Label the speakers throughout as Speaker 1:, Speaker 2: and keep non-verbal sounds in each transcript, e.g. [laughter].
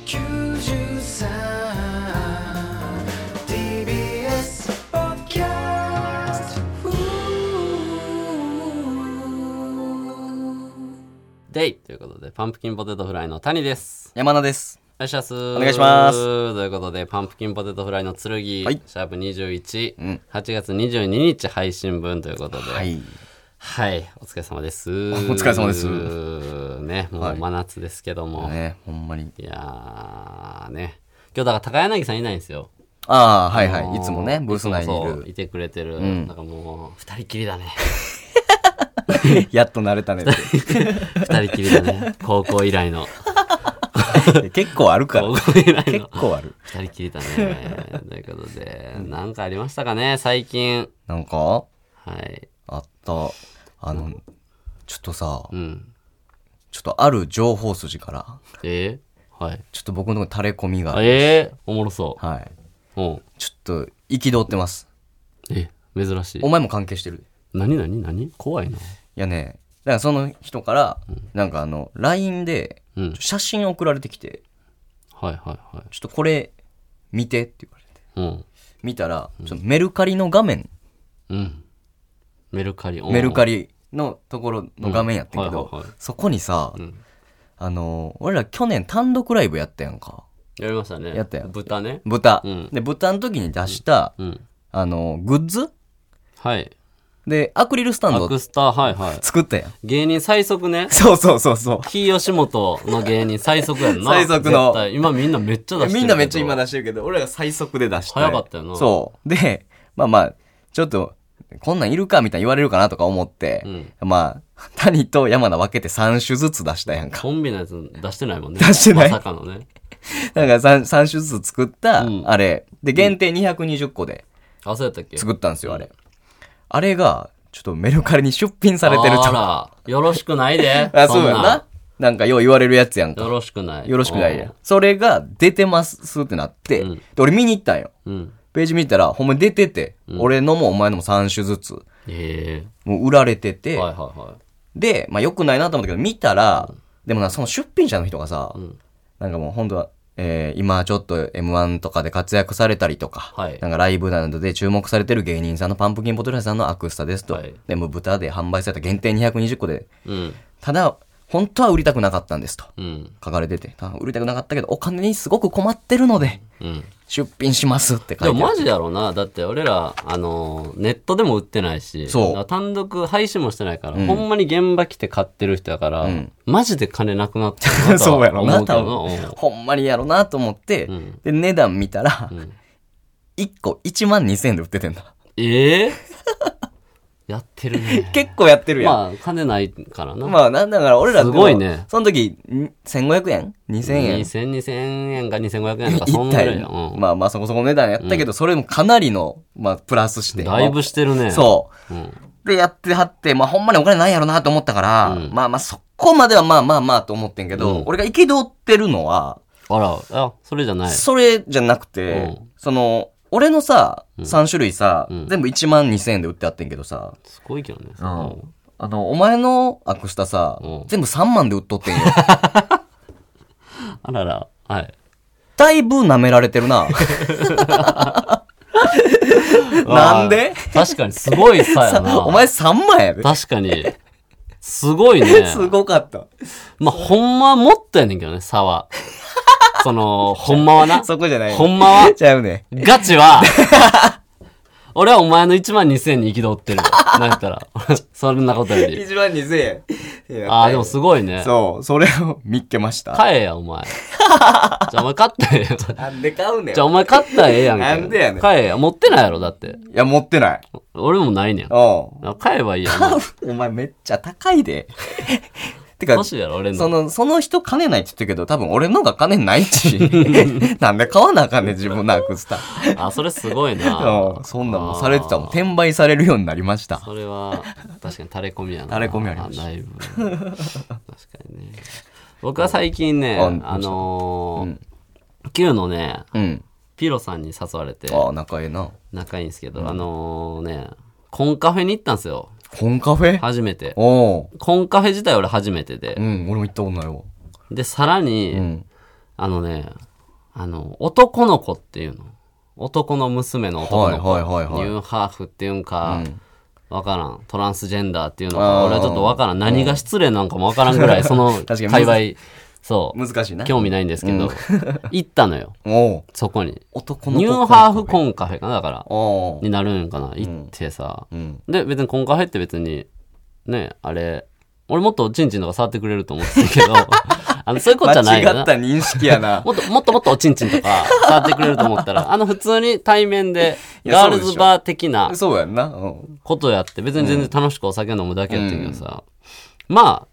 Speaker 1: 93 TBS ポッドキャスト
Speaker 2: デイということで、パンプキンポテトフライの谷です。
Speaker 3: 山田です。
Speaker 2: お願いします。お
Speaker 3: 願いします
Speaker 2: ということで、パンプキンポテトフライの剣、シ
Speaker 3: はい
Speaker 2: ャープ21、8月22日配信分ということで、は、
Speaker 3: はいい。
Speaker 2: お疲れ様です。お
Speaker 3: 疲れ様です
Speaker 2: ね、もう真夏ですけども、い、
Speaker 3: ね、ほんまに。
Speaker 2: やーね、今日だから高柳さんいないんですよ。
Speaker 3: ああ、はいは
Speaker 2: も
Speaker 3: い。
Speaker 2: う
Speaker 3: いつもね、ブース内にい
Speaker 2: そうそうい
Speaker 3: る。
Speaker 2: てくれてる。だからもう、二人きりだね。
Speaker 3: [laughs] やっと慣れたねって。
Speaker 2: 二人きりだ
Speaker 3: [laughs]
Speaker 2: ね。高校以来の。
Speaker 3: 結構あるから。
Speaker 2: 高
Speaker 3: 結
Speaker 2: 校以来の。
Speaker 3: 構ある。
Speaker 2: 二人き
Speaker 3: [laughs]
Speaker 2: りだね。ということで、なんかありましたかね、最近。
Speaker 3: なんか、
Speaker 2: はい。
Speaker 3: あった。あの、ちょっとさ
Speaker 2: う、ん。
Speaker 3: ちょっとある情報筋から、
Speaker 2: えー、はい。
Speaker 3: ちょっと僕の垂れ込みが、
Speaker 2: あ
Speaker 3: は
Speaker 2: えー、おもろそう。
Speaker 3: い。
Speaker 2: うん。
Speaker 3: ちょっと、憤ってます。
Speaker 2: え、珍しい
Speaker 3: お。前も関係してる。
Speaker 2: 何何何怖いな。
Speaker 3: いやね、だからその人から、なんかあの、LINE で
Speaker 2: うん、
Speaker 3: 写真送られてきて、
Speaker 2: はいはいはい。
Speaker 3: ちょっとこれ、見てって言われて。
Speaker 2: うん。
Speaker 3: 見たら、ちょっとメルカリの画面
Speaker 2: うん。メルカリ。
Speaker 3: メルカ
Speaker 2: リ。
Speaker 3: リのところの画面やってんけ
Speaker 2: うんはいはい
Speaker 3: ど
Speaker 2: はい、
Speaker 3: そこにさ、あの、俺ら去年単独ライブやったやんか。
Speaker 2: やりましたね。
Speaker 3: やったよ
Speaker 2: 豚ね。
Speaker 3: 豚
Speaker 2: うん。
Speaker 3: で、豚の時に出した、
Speaker 2: うん。
Speaker 3: あの、グッズ
Speaker 2: はい。
Speaker 3: で、アクリルスタン
Speaker 2: ア
Speaker 3: ド
Speaker 2: クスター、はいはい。
Speaker 3: 作ったやん。
Speaker 2: 芸人最速ね。
Speaker 3: そうそうそうそう。
Speaker 2: 木吉本の芸人最速やんな。
Speaker 3: [laughs] 最速の
Speaker 2: 絶対今みんなめっちゃ出してるけど。
Speaker 3: みんなめっちゃ今出してるけど、俺ら最速で出したやん。
Speaker 2: 早かったよな
Speaker 3: そう。で、まあまあ、ちょっと、こんなんいるかみたいに言われるかなとか思って、まあ、谷と山田分けて3種ずつ出したやんか。
Speaker 2: コンビのやつ出してないもんね。
Speaker 3: 出してない
Speaker 2: まさかのね。
Speaker 3: [laughs] だから 3, 種ずつ作った、
Speaker 2: ん
Speaker 3: あれ。で、限定220個で
Speaker 2: あ、そうやったっけ
Speaker 3: 作ったんですよ、あれ。あれが、ちょっとメルカリに出品されてると。あ。
Speaker 2: あら、よろしくないで
Speaker 3: [laughs] そうや
Speaker 2: ん
Speaker 3: な。なんかよう言われるやつやん
Speaker 2: よ
Speaker 3: か。
Speaker 2: ろしくない。
Speaker 3: よろしくない
Speaker 2: で
Speaker 3: やん。それが出てますってなって、で、俺見に行ったんよ。
Speaker 2: うん。
Speaker 3: ページ見たら、ほんまに出てて、俺のもお前のも3種ずつ、
Speaker 2: え
Speaker 3: もう売られて
Speaker 2: え
Speaker 3: て、
Speaker 2: はいはいはい。
Speaker 3: で、まあ良くないなと思ったけど、見たら、でもな、その出品者の人がさ、なんかもう本当は、えー今ちょっと M1 とかで活躍されたりとか、
Speaker 2: はい
Speaker 3: なんかライブなどで注目されてる芸人さんのパンプキンポテトラさんのアクスタですと、
Speaker 2: はい
Speaker 3: で、もう豚で販売された限定220個で、
Speaker 2: うん。
Speaker 3: ただ、本当は売りたくなかったんですと
Speaker 2: うん。
Speaker 3: 書かれてて、ただ売りたくなかったけど、お金にすごく困ってるので、
Speaker 2: うん。
Speaker 3: 出品しますって書
Speaker 2: で
Speaker 3: いて
Speaker 2: も
Speaker 3: あ
Speaker 2: マ
Speaker 3: る。
Speaker 2: ジやろな。だって俺ら、あの、ネットでも売ってないし、
Speaker 3: そう
Speaker 2: だから単独配信もしてないから、ほんまに現場来て買ってる人やから、マジで金なくなったなとは
Speaker 3: [laughs] そうやろ
Speaker 2: 思
Speaker 3: な、
Speaker 2: うけ
Speaker 3: 多
Speaker 2: ど
Speaker 3: 分。ほんまにやろなと思って、
Speaker 2: ん
Speaker 3: で、値段見たら、1個1万2000円で売っててんだ。
Speaker 2: ええ [laughs] やってるね。
Speaker 3: 結構やってるやん。
Speaker 2: まあ、金ないからな。
Speaker 3: まあ、なんだから俺らでも
Speaker 2: すごいね
Speaker 3: その時、ん1500円 ?2000 円
Speaker 2: 2000、2000円か2500円とか、そん
Speaker 3: 一
Speaker 2: ぐらい
Speaker 3: 体
Speaker 2: や、うん
Speaker 3: まあまあそこそこの値段やったけど、それもかなりの、まあ、プラスして。
Speaker 2: だいぶしてるね。。
Speaker 3: そう
Speaker 2: ん。
Speaker 3: う。で、やってはって、まあほんまにお金ないやろなと思ったから、まあまあそこまではまあまあまあと思ってんけど、
Speaker 2: うん
Speaker 3: 俺が憤ってるのは、
Speaker 2: あら、あ、それじゃない。
Speaker 3: それじゃなくて、
Speaker 2: うん
Speaker 3: その、俺のさ、3種類さ、
Speaker 2: ん
Speaker 3: 全部1万2000円で売ってあってんけどさ、
Speaker 2: すごいけどね。
Speaker 3: うんあの、お前のアクスタさ、
Speaker 2: うん
Speaker 3: 全部3万で売っとってんよ。 [laughs]
Speaker 2: あらら、はい。
Speaker 3: だいぶ舐められて
Speaker 2: [laughs]
Speaker 3: るな。 [laughs] なんで
Speaker 2: わあ確かに、すごい差やな。
Speaker 3: [laughs] お前3万やで。
Speaker 2: 確かに。すごいね。
Speaker 3: [laughs] すごかった。
Speaker 2: まあ、ほんまはもっとやねんけどね、差
Speaker 3: [laughs]
Speaker 2: は。その、ほんまはな。
Speaker 3: そこじゃない。
Speaker 2: ほんまは
Speaker 3: ちゃうね。
Speaker 2: ガチは、 [laughs] 俺はお前の1万2000に憤ってる。なんやったら。 [laughs] そんなことよ
Speaker 3: [laughs]
Speaker 2: り。
Speaker 3: 1万2000円。
Speaker 2: ああ、でもす
Speaker 3: ごい。
Speaker 2: ごいね。
Speaker 3: そう、それを見っけました。
Speaker 2: 買えや、お
Speaker 3: [laughs]
Speaker 2: 前。じゃあ、お前買ったらええやん。
Speaker 3: なんで買うね
Speaker 2: [laughs]
Speaker 3: ん。
Speaker 2: じゃあ
Speaker 3: い
Speaker 2: お前買ったらええやんけ。
Speaker 3: なんでやねん
Speaker 2: 買えや。持ってないやろ、だって。
Speaker 3: や、持ってない。
Speaker 2: 俺もないねん
Speaker 3: う。ん。
Speaker 2: 買えばいいやん。 [laughs]
Speaker 3: お前めっちゃ高いで。てか、
Speaker 2: 欲しいやろ俺の
Speaker 3: その、その人金ないって言ってるけど、多分俺のが金ないし。
Speaker 2: [laughs]
Speaker 3: なんで買わなあかんねん、自分のアクスタ。
Speaker 2: あ、それすごい
Speaker 3: [laughs] う
Speaker 2: な。
Speaker 3: んそんなんもされてたもん。転売されるようになりました。
Speaker 2: それは、確かに垂れ込みやな。
Speaker 3: 垂れ込みありました
Speaker 2: だ
Speaker 3: [laughs]
Speaker 2: いぶ。確かにね。僕は最近ね、
Speaker 3: あ
Speaker 2: あのー、Q のね、
Speaker 3: うん。
Speaker 2: ピロさんに誘われて、
Speaker 3: ああ、仲ええな。
Speaker 2: 仲いいんですけど、あのーね、コンカフェに行ったんですよ。
Speaker 3: 本カフェ
Speaker 2: 初めて。
Speaker 3: おう
Speaker 2: コンカフェ自体俺初めてで
Speaker 3: う。ん、俺も行ったことないわ。
Speaker 2: で、さらに、
Speaker 3: うん。
Speaker 2: あのね、あの、男の子っていうの。男の娘の男の子。
Speaker 3: はいはいはいは
Speaker 2: ニ
Speaker 3: い
Speaker 2: ューハーフっていうんか、わからん。トランスジェンダーっていうの
Speaker 3: あ
Speaker 2: か、
Speaker 3: ー
Speaker 2: 俺はちょっとわからん。何が失礼なんかもわからんぐらい、そ
Speaker 3: [laughs]
Speaker 2: の
Speaker 3: かに
Speaker 2: 界隈、そう、
Speaker 3: 難しいな。
Speaker 2: 興味ないんですけど、行ったのよ、
Speaker 3: おう
Speaker 2: そこに。
Speaker 3: 男の子。
Speaker 2: ニューハーフ
Speaker 3: ン。
Speaker 2: コンカフェかな、だから、
Speaker 3: おう
Speaker 2: になるんかな、行ってさ。
Speaker 3: うん。
Speaker 2: で、別にコンカフェって別に、ね、あれ、俺もっとチンチンとか触ってくれると思ってたけ
Speaker 3: [laughs]
Speaker 2: ど、あの、そういうことじゃ
Speaker 3: 間
Speaker 2: ない
Speaker 3: 違
Speaker 2: よ
Speaker 3: った
Speaker 2: な。
Speaker 3: 認識やな。
Speaker 2: もっともっともっ [laughs] とおちんちんとか触ってくれると思ったら、あの普通に対面で
Speaker 3: いや
Speaker 2: ガ
Speaker 3: そう
Speaker 2: ー
Speaker 3: でしょ
Speaker 2: ルズバー的な
Speaker 3: そうやんな。うん。
Speaker 2: ことやって、別に全然楽しくお酒飲むだけやってんけどさ、まあ、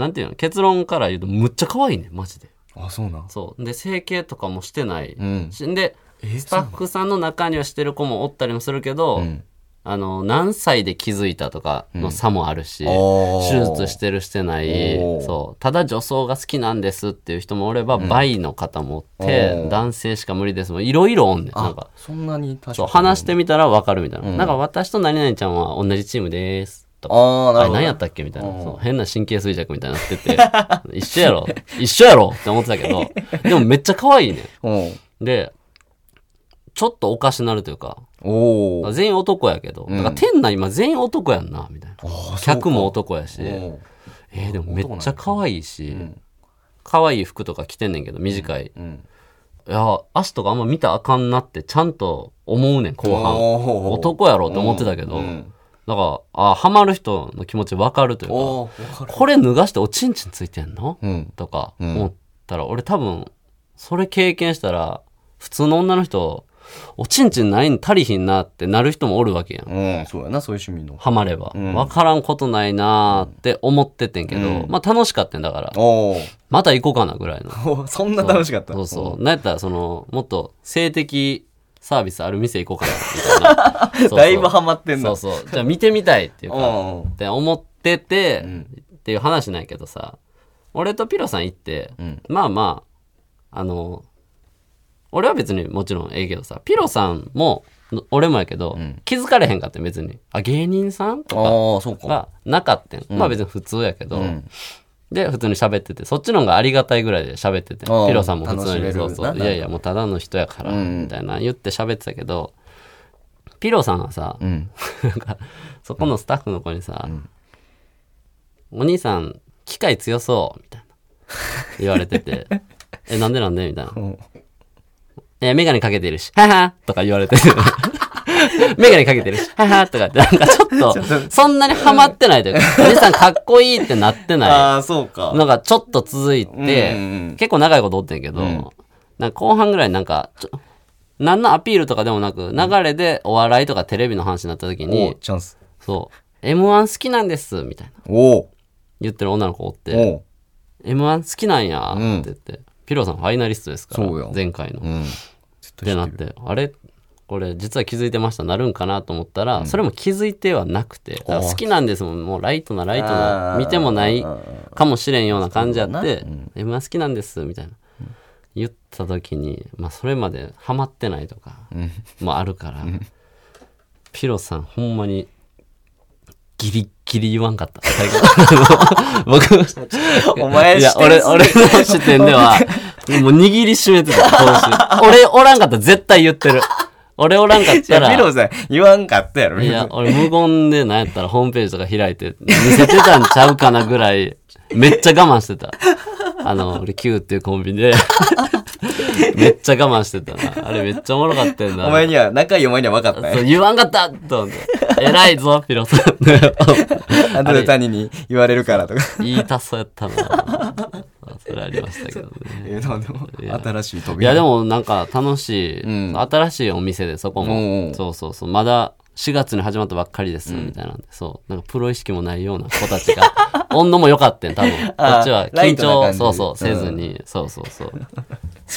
Speaker 2: なんていうの、結論から言うとむっちゃ可愛いね、マジで。
Speaker 3: あ、そうなん。
Speaker 2: そう。で、整形とかもしてない。
Speaker 3: ん
Speaker 2: しで、スタッフさんの中にはしてる子もおったりもするけど、
Speaker 3: ん
Speaker 2: あの、何歳で気づいたとかの差もあるし、
Speaker 3: んおー
Speaker 2: 手術してるしてない
Speaker 3: お、ー
Speaker 2: そう。ただ女装が好きなんですっていう人もおれば、バイの方もおって、
Speaker 3: おー
Speaker 2: 男性しか無理ですもん、いろいろおんねん。なんか
Speaker 3: あ、、そんなに確か
Speaker 2: そう、
Speaker 3: に。
Speaker 2: 話してみたらわかるみたいな。なんか私と何々ちゃんは同じチームです。とか
Speaker 3: ああ、な
Speaker 2: あれ
Speaker 3: るほど。
Speaker 2: 何やったっけみたいな。そう変な神経衰弱みたいになって [laughs] て、一緒やろ一緒やろって思ってたけど、でもめっちゃ可愛いね。
Speaker 3: お
Speaker 2: で、ちょっとおかしなるというか、
Speaker 3: おー
Speaker 2: 全員男やけど、だから店内今全員男やんな、みたいな。客も男やし、え
Speaker 3: お
Speaker 2: ーでもめっちゃ可愛いし、可愛い服とか着てんねんけど、短い。
Speaker 3: ん
Speaker 2: いや、足とかあんま見たらあかんなって、ちゃんと思うねん、後半。
Speaker 3: おー
Speaker 2: 男やろって思ってたけど、
Speaker 3: ん
Speaker 2: だから、あハマる人の気持ちわかるというか、
Speaker 3: おおーわかる。
Speaker 2: これ脱がしておちんちんついてんの、
Speaker 3: うん
Speaker 2: とか思ったら、俺多分、それ経験したら、普通の女の人、おちんちんないん足りひんなってなる人もおるわけやん。
Speaker 3: うん、そうやな、そういう趣味の。
Speaker 2: ハマれば。わからんことないなーって思っててんけど、まあ楽しかったんだから、
Speaker 3: おー
Speaker 2: また行こうかなぐらいの。
Speaker 3: おー [laughs] そんな楽しかった。
Speaker 2: そうそう。なんやったら、その、もっと性的サービスある店行こうかな、みたいなそ
Speaker 3: [laughs]
Speaker 2: うそう。
Speaker 3: だいぶハマってん
Speaker 2: そ
Speaker 3: な
Speaker 2: う。そう。じゃあ見てみたいっていうか、
Speaker 3: [laughs] おー
Speaker 2: って思ってて、っていう話なんやけどさ俺とピロさん行って、まあまああの俺は別にもちろんええけどさピロさんもの俺もやけど、気づかれへんかってん別にあ芸人さんと
Speaker 3: ああ、そう
Speaker 2: か
Speaker 3: か。
Speaker 2: がなかったん、まあ別に普通やけど、で普通に喋っててそっちの方がありがたいぐらいで喋ってて
Speaker 3: ああ
Speaker 2: ピロさんも普
Speaker 3: 楽
Speaker 2: 通
Speaker 3: しめ
Speaker 2: に
Speaker 3: る
Speaker 2: そうそ
Speaker 3: な
Speaker 2: ういやいやもうただの人やから、みたいな言って喋ってたけどピロさんはさ、
Speaker 3: うん。
Speaker 2: なんか、そこのスタッフの子にさ、お兄さん、機械強そう、みたいな。言われてて、え、なんでなんでみたいな。え、メガネかけてるし、ははとか言われてて。 [laughs] メガネかけてるし、ははとかって、なんかちょっと、そんなにハマってないというか、お兄さんかっこいいってなってない。
Speaker 3: ああ、そうか。
Speaker 2: のがちょっと続いて、
Speaker 3: うんうんうん
Speaker 2: 結構長いことおってんけど、なんか後半ぐらいなんかちょ、何のアピールとかでもなく、流れでお笑いとかテレビの話になった時
Speaker 3: お
Speaker 2: に
Speaker 3: ー、チャンス。
Speaker 2: そう、M1 好きなんです、みたいな。
Speaker 3: おお
Speaker 2: 言ってる女の子おって、
Speaker 3: お
Speaker 2: M1 好きなんや、って
Speaker 3: ん
Speaker 2: 言って、ピロさんファイナリストですから
Speaker 3: そうよ、
Speaker 2: 前回の。
Speaker 3: う
Speaker 2: っ
Speaker 3: ん。絶
Speaker 2: て
Speaker 3: 対知
Speaker 2: な
Speaker 3: っ
Speaker 2: って
Speaker 3: る。
Speaker 2: て、あれこれ実は気づいてました、なるんかなと思ったら、それも気づいてはなくて、だから好きなんですもん、もうライトなライト
Speaker 3: あ
Speaker 2: な、
Speaker 3: ー
Speaker 2: 見てもない
Speaker 3: あ
Speaker 2: かもしれんような感じやっ
Speaker 3: そう
Speaker 2: て、M1 好きなんです、みたいな。言った時に、まあそれまでハマってないとかもあるから、ピロさんほんまにギリッギリ言わんかっ
Speaker 3: [laughs]
Speaker 2: た。最後僕、
Speaker 3: お前
Speaker 2: いや、
Speaker 3: 視点
Speaker 2: 俺、
Speaker 3: す
Speaker 2: 俺の視点では、もう握りしめてた、拳
Speaker 3: [laughs]
Speaker 2: 俺おらんかったら絶対言ってる。俺おらんかっ
Speaker 3: い
Speaker 2: た
Speaker 3: や、
Speaker 2: ら、
Speaker 3: ピローさん、言わんかったやろ。
Speaker 2: いや、俺無言でなんやったらホームページとか開いて見せてたんちゃうかなぐらい、めっちゃ我慢してた。あの、俺 Q っていうコンビで、 [laughs] めっちゃ我慢してたな。あれめっちゃおもろかったんだ。
Speaker 3: お前には、仲いいお前には分かった
Speaker 2: そう
Speaker 3: ね。
Speaker 2: 言わんかったと思って。偉いぞ、ピロさん。 [laughs]
Speaker 3: あとで谷に言われるからとか。
Speaker 2: 言いたそうやったな。それありましたけどね。
Speaker 3: [laughs] えー、でも、新しい扉。
Speaker 2: いやでもなんか楽しい、
Speaker 3: ん
Speaker 2: 新しいお店でそこも、
Speaker 3: うん
Speaker 2: そうそうそうまだ4月に始まったばっかりです、みたいなんで、そう、なんかプロ意識もないような子たちが、 [laughs] 温度も良かったん、多分。こっ
Speaker 3: [laughs] あー
Speaker 2: ちは
Speaker 3: ラ
Speaker 2: 緊
Speaker 3: イトな
Speaker 2: 張、
Speaker 3: 感じ
Speaker 2: そうそう、せずに、そうそうそう。好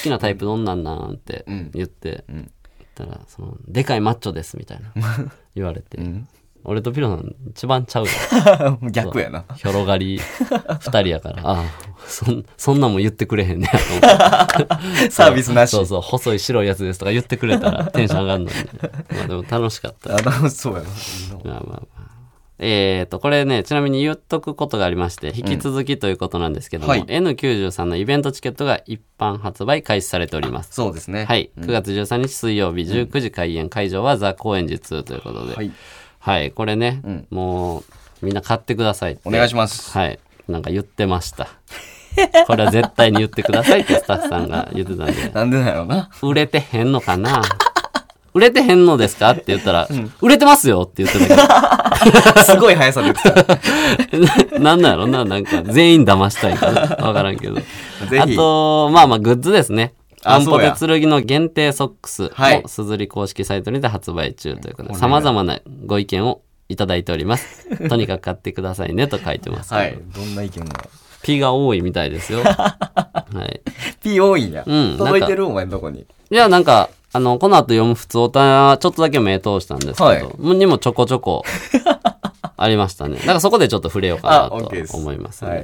Speaker 2: きなタイプどんなんなんって言って、言ったら、その、でかいマッチョです、みたいな、
Speaker 3: [laughs]
Speaker 2: 言われて。俺とピロさん一番ちゃうよ。
Speaker 3: [laughs] 逆やな。
Speaker 2: ひょろがり二人やから、ああ、そん、そんなんも言ってくれへんねやと思って。
Speaker 3: サービスなし
Speaker 2: そう。そう、細い白いやつですとか言ってくれ
Speaker 3: [laughs]
Speaker 2: たらテンション上がるのに。まあでも楽しかった。
Speaker 3: あ、楽しそうやな。
Speaker 2: まあまあまあ。えーと、これね、ちなみに言っとくことがありまして、引き続きということなんですけども、
Speaker 3: はい
Speaker 2: N93 のイベントチケットが一般発売開始されております。
Speaker 3: そうですね。
Speaker 2: はい。9月13日水曜日19時開演、会場はザ・高円寺2ということで。
Speaker 3: はい。
Speaker 2: はい、これね、もう、みんな買ってくださいって。
Speaker 3: お願いします
Speaker 2: はい。なんか言ってました。これは絶対に言ってくださいってスタッフさんが言ってたんで、
Speaker 3: なんでなんやろな。
Speaker 2: 売れてへんのかな売れてへんのですかって言ったら、売れてますよって言ってた
Speaker 3: すごい速さで言ってた。
Speaker 2: けど、 [laughs] ななんなんやろななんか全員騙したいから、わからんけど。
Speaker 3: ひ
Speaker 2: あと、まあまあグッズですね。
Speaker 3: あ
Speaker 2: アンポ
Speaker 3: そう
Speaker 2: テ
Speaker 3: や
Speaker 2: 剣の限定ソックス
Speaker 3: はい
Speaker 2: をすずり公式サイトにて発売中ということで、様々なご意見をいただいております。とにかく買ってくださいねと書いて
Speaker 3: [laughs]
Speaker 2: ます。
Speaker 3: はい。どんな意見が。
Speaker 2: ピが多いみたいですよ。はい。
Speaker 3: P 多いんや。
Speaker 2: ん
Speaker 3: 届いてるお前のとこに。
Speaker 2: いや、なんか、あの、この後読む普通おた、ちょっとだけ目通したんですけど、
Speaker 3: はい
Speaker 2: にもちょこちょ
Speaker 3: [laughs]
Speaker 2: こありましたね。だからそこでちょっと触れようかな
Speaker 3: あ OK で
Speaker 2: と
Speaker 3: す
Speaker 2: 思いますんで
Speaker 3: はい。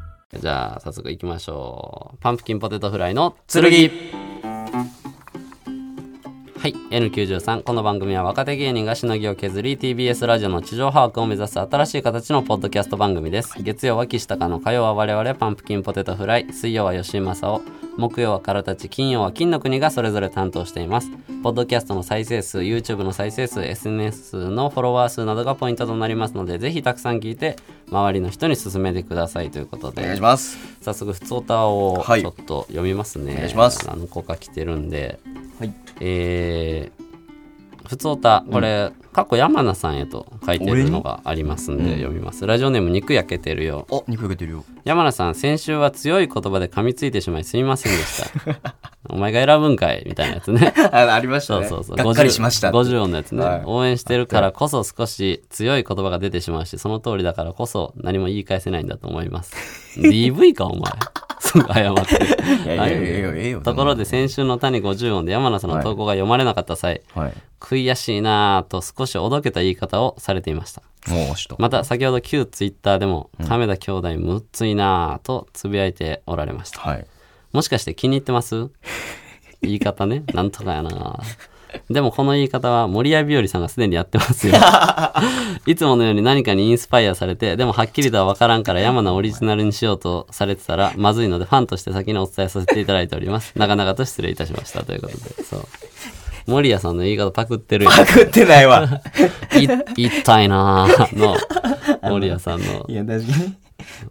Speaker 2: じゃあ、早速行きましょう。パンプキンポテトフライの
Speaker 3: 剣
Speaker 2: はい、N93。この番組は若手芸人がしのぎを削り、TBS ラジオの地上把握を目指す新しい形のポッドキャスト番組です。月曜は岸高の、火曜は我々パンプキンポテトフライ、水曜は吉井正夫、木曜はカラタチ、金曜は金の国がそれぞれ担当しています。ポッドキャストの再生数、YouTube の再生数、SNS のフォロワー数などがポイントとなりますので、ぜひたくさん聞いて、周りの人に勧めてくださいということ
Speaker 3: お
Speaker 2: で。
Speaker 3: 願いします。
Speaker 2: 早速、普通オタを
Speaker 3: はい
Speaker 2: ちょっと読みますね。
Speaker 3: お願いします
Speaker 2: 何個か来てるんで。
Speaker 3: はい。
Speaker 2: えー、普通オタ、これ、過去山名さんへと書いてるのがありますんで読みます。ラジオネーム肉焼けてるよ。
Speaker 3: お、肉焼けてるよ。
Speaker 2: 山名さん、先週は強い言葉で噛みついてしまいすみませんで
Speaker 3: [laughs]
Speaker 2: した。お前が選ぶんかいみたいなやつね。
Speaker 3: あ、ありました
Speaker 2: そう
Speaker 3: ね。
Speaker 2: そうそう。
Speaker 3: がっかりしました。
Speaker 2: 50音のやつね、
Speaker 3: はい
Speaker 2: 応援してるからこそ少し強い言葉が出てしまうし、その通りだからこそ何も言い返せないんだと思います。DV か、お前。 [laughs] すぐ謝って。
Speaker 3: いやいやいやいやいやいやいや
Speaker 2: ところで先週の谷50音で山名さんの投稿が読まれなかった際、
Speaker 3: はい。
Speaker 2: 悔しいなぁと少しおどけた言い方をされていました。
Speaker 3: もうちょっと。
Speaker 2: また先ほど旧ツイッターでも、亀田兄弟むっついなぁとつぶやいておられました。
Speaker 3: はい。
Speaker 2: もしかして気に入ってます言い方 [laughs] ね。なんとかやな。でもこの言い方は森谷日和さんがすでにやってます [laughs] よ。いつものように何かにインスパイアされて、でもはっきりとは分からんから山名オリジナルにしようとされてたらまずいのでファンとして先にお伝えさせていただいております。なかなかと失礼いたしました。ということで、そう。森谷さんの言い方パクってるよ。
Speaker 3: 食ってないわ。
Speaker 2: い、言ったいなぁの、森谷さんの
Speaker 3: [laughs] い。や、確かに。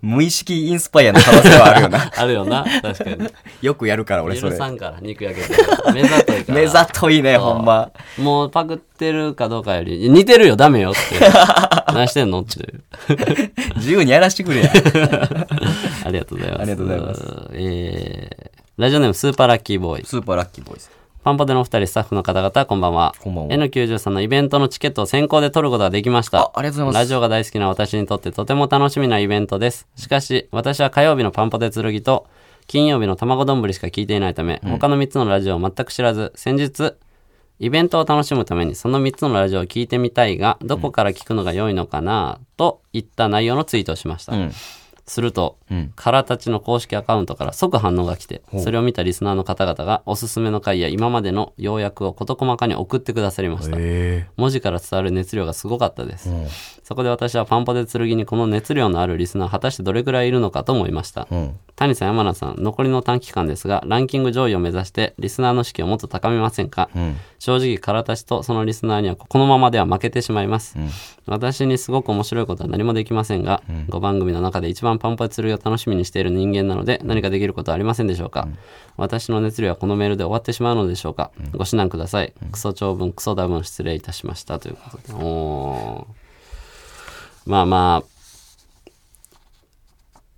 Speaker 3: 無意識インスパイアの可能性はあるよな。
Speaker 2: あるよな、確かに。
Speaker 3: [laughs] よくやるから、俺
Speaker 2: ゆ
Speaker 3: そ
Speaker 2: る
Speaker 3: れ。
Speaker 2: さんから肉焼けてる。目ざといから。
Speaker 3: 目ざといね、ほんま。
Speaker 2: もうパクってるかどうかより、似てるよ、ダメよって。 [laughs] 何してんのっていう。
Speaker 3: 自由にやらしてく [laughs] れや。
Speaker 2: ありがとうございます。
Speaker 3: ありがとうございます。
Speaker 2: えー、ラジオネームスーパーラッキーボーイ。
Speaker 3: スーパーラッキーボーイズ。
Speaker 2: パンパテのお二人、スタッフの方々、こんばんは。
Speaker 3: こんばんは
Speaker 2: N93 のイベントのチケットを先行で取ることができました。
Speaker 3: あありがとうございます
Speaker 2: ラジオが大好きな私にとってとても楽しみなイベントです。しかし、私は火曜日のパンパテ剣と、金曜日の卵丼しか聞いていないため、他の3つのラジオを全く知らず、先日、イベントを楽しむためにその3つのラジオを聞いてみたいが、どこから聞くのが良いのかなといった内容のツイートをしました。すると、カラたちの公式アカウントから即反応が来て、それを見たリスナーの方々がおすすめの回や今までの要約を事細かに送ってくださりました。文字から伝わる熱量がすごかったです。そこで私はパンポで剣にこの熱量のあるリスナー、果たしてどれくらいいるのかと思いました。谷さん、山名さん、残りの短期間ですが、ランキング上位を目指して、リスナーの士気をもっと高めませんか、正直、からたちとそのリスナーには、このままでは負けてしまいます。私にすごく面白いことは何もできませんが、5番組の中で一番パンポで剣を楽しみにしている人間なので、何かできることはありませんでしょうか、私の熱量はこのメールで終わってしまうのでしょうか、ご指南ください。クソ長文、クソダ文、失礼いたしました。ということで。おーまあま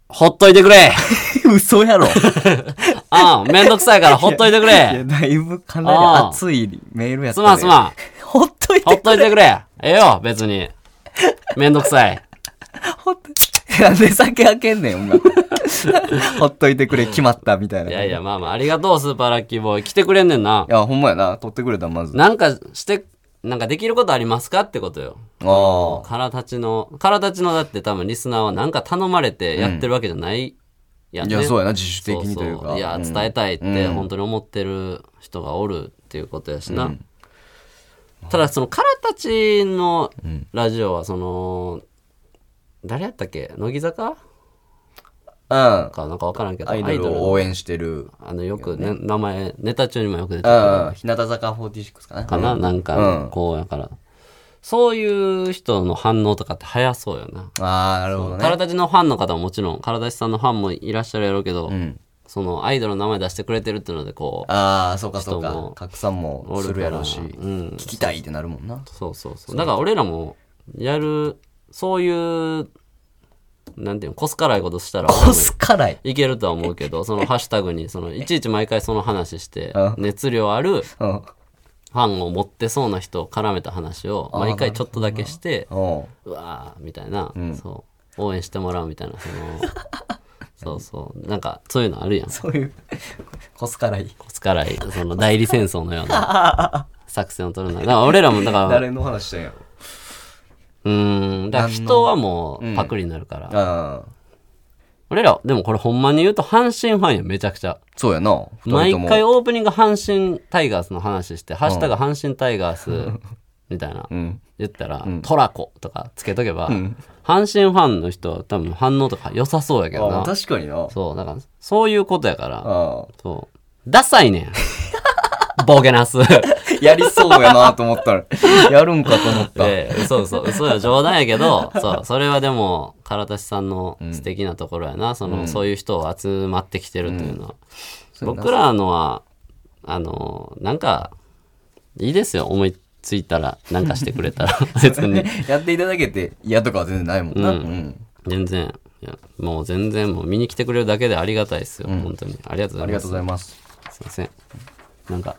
Speaker 2: あ、ほっといてくれ
Speaker 3: 嘘やろい
Speaker 2: ああ、めんどくさいからほっといてくれ
Speaker 3: やだいぶかなり熱いメールやっ
Speaker 2: す
Speaker 3: た、
Speaker 2: まんすまん。
Speaker 3: ほっとい
Speaker 2: ほ
Speaker 3: て
Speaker 2: っといてくれええよ、別に。めんどくさい。
Speaker 3: ほっとなんで酒開けんねん、ほんま [laughs] ほっといてくれ、決まった、みたいな。
Speaker 2: いやいや、まあまあ、ありがとう、スーパーラッキーボーイ。来てくれんねんな。
Speaker 3: いや、ほんまやな。取ってくれた、まず。あ
Speaker 2: なんかして、なんかできることありますかってことよ。
Speaker 3: あ。
Speaker 2: からたちの、からたちのだって多分リスナーはなんか頼まれてやってるわけじゃないやん
Speaker 3: い
Speaker 2: ね。
Speaker 3: や、そうやな、自主的にという
Speaker 2: そそ
Speaker 3: か。
Speaker 2: いや、
Speaker 3: うん
Speaker 2: 伝えたいって本当に思ってる人がおるっていうことやしな。ただ、その、からたちのラジオは、その、誰やったっけ乃木坂
Speaker 3: うん。
Speaker 2: かなんかわからんけど、
Speaker 3: アイドルを応援してる。
Speaker 2: あの、よくね、名前、ネタ中にもよく出て
Speaker 3: う
Speaker 2: くる。
Speaker 3: ん。日向坂46かな。
Speaker 2: かな、なん
Speaker 3: う
Speaker 2: か
Speaker 3: ん、
Speaker 2: こうやから。そういう人の反応とかって早そうよな。
Speaker 3: ああ、なるほど
Speaker 2: から
Speaker 3: ね。
Speaker 2: たちのファンの方ももちろん、からたちさんのファンもいらっしゃるやろうけど、そのアイドルの名前出してくれてるっていうので、こう、
Speaker 3: ああ、そうかそう
Speaker 2: 人も
Speaker 3: か。拡散もするやろうし。聞きたいってなるもんな。
Speaker 2: そうそうそう。だから俺らも、やる、そういう、なんていうの、こすからいことしたら、
Speaker 3: コスカライ。
Speaker 2: いけるとは思うけど、そのハッシュタグに、その、いちいち毎回その話して
Speaker 3: [laughs] うん、
Speaker 2: 熱量あるフ
Speaker 3: うん。
Speaker 2: ァンを持ってそうな人を絡めた話を、毎回ちょっとだけして、
Speaker 3: お
Speaker 2: うわーみたいな、そう応援してもらうみたいなその [laughs] そうそうなんかそういうのあるやんこ
Speaker 3: そういう、コスカライ。
Speaker 2: つからいその代理戦争のような
Speaker 3: [laughs]
Speaker 2: 作戦を取るのだから俺らもだから
Speaker 3: 誰の話してんやろ。
Speaker 2: うーんだから人はもうパクリになるから、
Speaker 3: ああ。
Speaker 2: 俺らでもこれほんまに言うと阪神ファンやめちゃくちゃ
Speaker 3: そうやな。二
Speaker 2: 毎
Speaker 3: 人とも
Speaker 2: 回オープニング阪神タイガースの話して「ハッシュタグ阪神タイガー
Speaker 3: [laughs]
Speaker 2: ス」みたいな、言ったら、トラコ」とかつけとけば、阪神ファンの人は多分反応とか良さそうやけど
Speaker 3: あ
Speaker 2: な
Speaker 3: あ確かにな。
Speaker 2: そう、だから、そういうことやから、
Speaker 3: あ
Speaker 2: そう。ダサいね
Speaker 3: [laughs]
Speaker 2: ん。ボケなす。
Speaker 3: あ。やりそうやなと思 [laughs] ったら、やるんかと思った。
Speaker 2: ええ、嘘嘘、嘘よ、冗談やけど、
Speaker 3: [laughs]
Speaker 2: そう、それはでも、唐田さんの素敵なところやな、その、そういう人を集まってきてるっていうのは。僕らのは、あの、なんか、いいですよ、思いついたら、なんかしてくれた
Speaker 3: [laughs]
Speaker 2: ら、別に。
Speaker 3: やっていただけて嫌とかは全然ないもんな。うん。
Speaker 2: 全然、いやもう全然、もう見に来てくれるだけでありがたいですよ、本当に。ありがとうござ
Speaker 3: あ
Speaker 2: い
Speaker 3: り
Speaker 2: ま
Speaker 3: が
Speaker 2: す
Speaker 3: とうご。ざいます。
Speaker 2: すいません。なんか、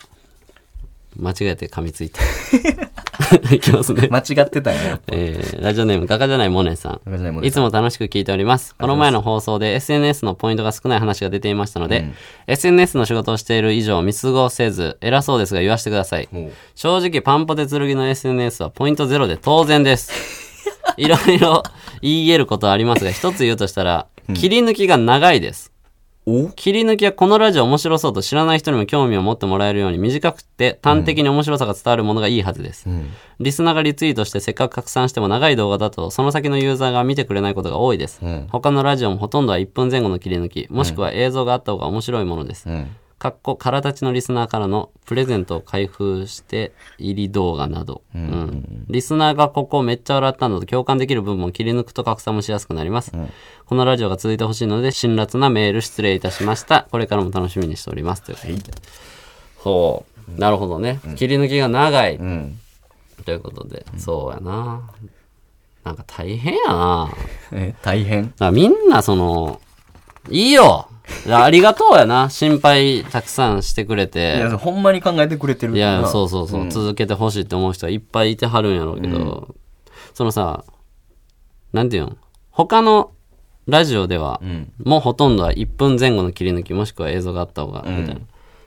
Speaker 2: 間違えて [laughs] 噛みついた。いきますね。
Speaker 3: 間違ってたんややっぱ。
Speaker 2: えーラジオネーム、画家じゃないモネさん。
Speaker 3: ガガじゃないモネ
Speaker 2: い
Speaker 3: さ
Speaker 2: つも楽しく聞いております。この前の放送で SNS のポイントが少ない話が出ていましたので、SNS の仕事をしている以上見過ごせず、偉そうですが言わせてください。
Speaker 3: もう
Speaker 2: 正直、パンポテ剣の SNS はポイントゼロで当然です。
Speaker 3: [laughs]
Speaker 2: いろいろ言い得ることはありますが、一つ言うとしたら、切り抜きが長いです。切り抜きはこのラジオ面白そうと知らない人にも興味を持ってもらえるように短くて端的に面白さが伝わるものがいいはずです、リスナーがリツイートしてせっかく拡散しても長い動画だとその先のユーザーが見てくれないことが多いです、他のラジオもほとんどは1分前後の切り抜きもしくは映像があった方が面白いものです、かっこからたちのリスナーからのプレゼントを開封して入り動画など、うんリスナーがここめっちゃ笑ったのと共感できる部分を切り抜くと拡散もしやすくなります、このラジオが続いてほしいので辛辣なメール失礼いたしましたこれからも楽しみにしておりますということで、ほうなるほどね、切り抜きが長い、
Speaker 3: ん
Speaker 2: ということで、そうやななんか大変やな
Speaker 3: え、大変。
Speaker 2: だからみんなその、いいよいやありがとうやな。心配たくさんしてくれ
Speaker 3: いや、
Speaker 2: て。
Speaker 3: ほんまに考えてくれてる
Speaker 2: いや、そう
Speaker 3: う。
Speaker 2: そうそう。続けてほしいって思う人はいっぱいいてはるんやろうけど、そのさ、なんていうの他のラジオでは、もうほとんどは1分前後の切り抜き、もしくは映像があった方が、みたいな。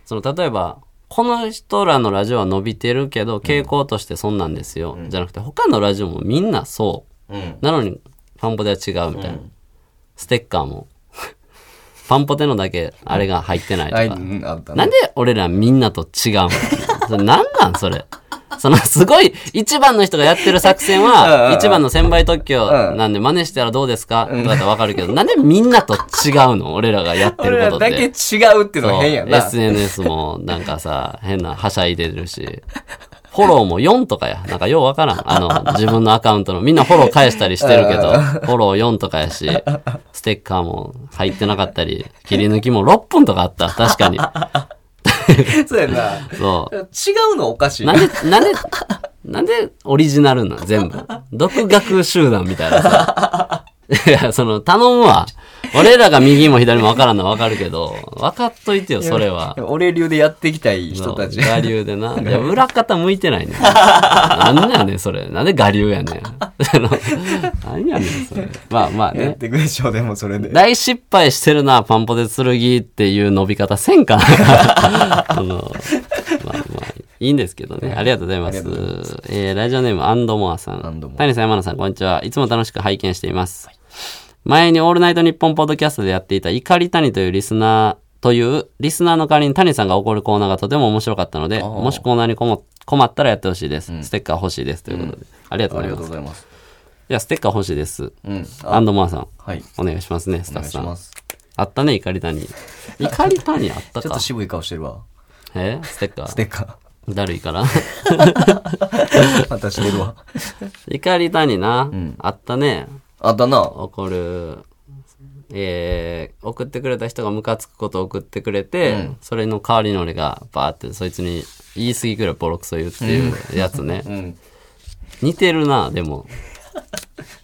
Speaker 2: その、例えば、この人らのラジオは伸びてるけど、傾向としてそんなんですよ。じゃなくて、他のラジオもみんなそう。なのに、ファンボでは違うみたいな。ステッカーも、 [laughs] パンポテのだけ、あれが入ってないと
Speaker 3: あい
Speaker 2: か。
Speaker 3: うんあったね
Speaker 2: なんで俺らみんなと違うんそれなんなんそれ。そのすごい一番の人がやってる作戦
Speaker 3: うんうん
Speaker 2: は一番の先輩特許なんで真似したらどうですかとかだったらわかるけどなんでみんなと違うの俺らがやって
Speaker 3: 俺
Speaker 2: る
Speaker 3: ら
Speaker 2: こと
Speaker 3: だ
Speaker 2: っ
Speaker 3: け違
Speaker 2: て。
Speaker 3: うっていうのが変やな。
Speaker 2: SNS もなんかさ変なはしゃいでるしフォローも4とかやなんかようわからんあの自分のアカウントのみんなフォロー返したりしてるけどフォロー4とかやしステッカーも入ってなかったり切り抜きも6分とかあった確かに
Speaker 3: そうやな。
Speaker 2: そう
Speaker 3: 違うのおかしい。
Speaker 2: なんで、なんで、なんでオリジナルなん全部。独学集団みたいなさ。
Speaker 3: [laughs]
Speaker 2: いや、その、頼むわ。俺らが右も左も分からんのは分かるけど、分かっといてよ、それは。
Speaker 3: 俺流でやっていきたい人たち。
Speaker 2: 我流でな。いや、裏方向いてないねん。なんやねん、それ。なんで我流やねん。 [laughs] あのなんやねん、それ。まあまあ
Speaker 3: [laughs] やっ
Speaker 2: ね。
Speaker 3: てくでしょ、でもそれで。
Speaker 2: 大失敗してるな、パンポで剣っていう伸び方せんかな。あ [laughs] の、まあまあ、いいんですけどね。ありがとうございます。えーラジオネームアンドモアさ
Speaker 3: アンド
Speaker 2: ん
Speaker 3: モ。ア
Speaker 2: 谷さん、山名さん、こんにちは。いつも楽しく拝見しています。前にオールナイトニッポンポッドキャストでやっていた怒り谷というリスナー、という、リスナーの代わりに谷さんが怒るコーナーがとても面白かったので、もしコーナーにこも困ったらやってほしいです。ステッカー欲しいです。ということで、ありがとう
Speaker 3: あ
Speaker 2: ござ
Speaker 3: り
Speaker 2: いま
Speaker 3: がとうご
Speaker 2: す。
Speaker 3: ざいます。
Speaker 2: いや、ステッカー欲しいです。
Speaker 3: うん。
Speaker 2: アンドモアさん。
Speaker 3: はい。
Speaker 2: お願いしますね、ス
Speaker 3: お
Speaker 2: タッ
Speaker 3: 願
Speaker 2: フ
Speaker 3: いし
Speaker 2: さん
Speaker 3: ま。す。
Speaker 2: あったね、怒り谷。怒り谷あった
Speaker 3: ちょっと
Speaker 2: か。
Speaker 3: 渋い顔してるわ。
Speaker 2: えステッカー。
Speaker 3: ステッカ
Speaker 2: だるいから。
Speaker 3: [laughs] ー。またしてるわ。
Speaker 2: 怒り谷な。あったね。
Speaker 3: あだな。
Speaker 2: 怒る。えー、送ってくれた人がムカつくことを送ってくれて、それの代わりに俺がバーってそいつに言い過ぎくらいボロクソ言うっていうやつね、
Speaker 3: ん
Speaker 2: 似てるなでも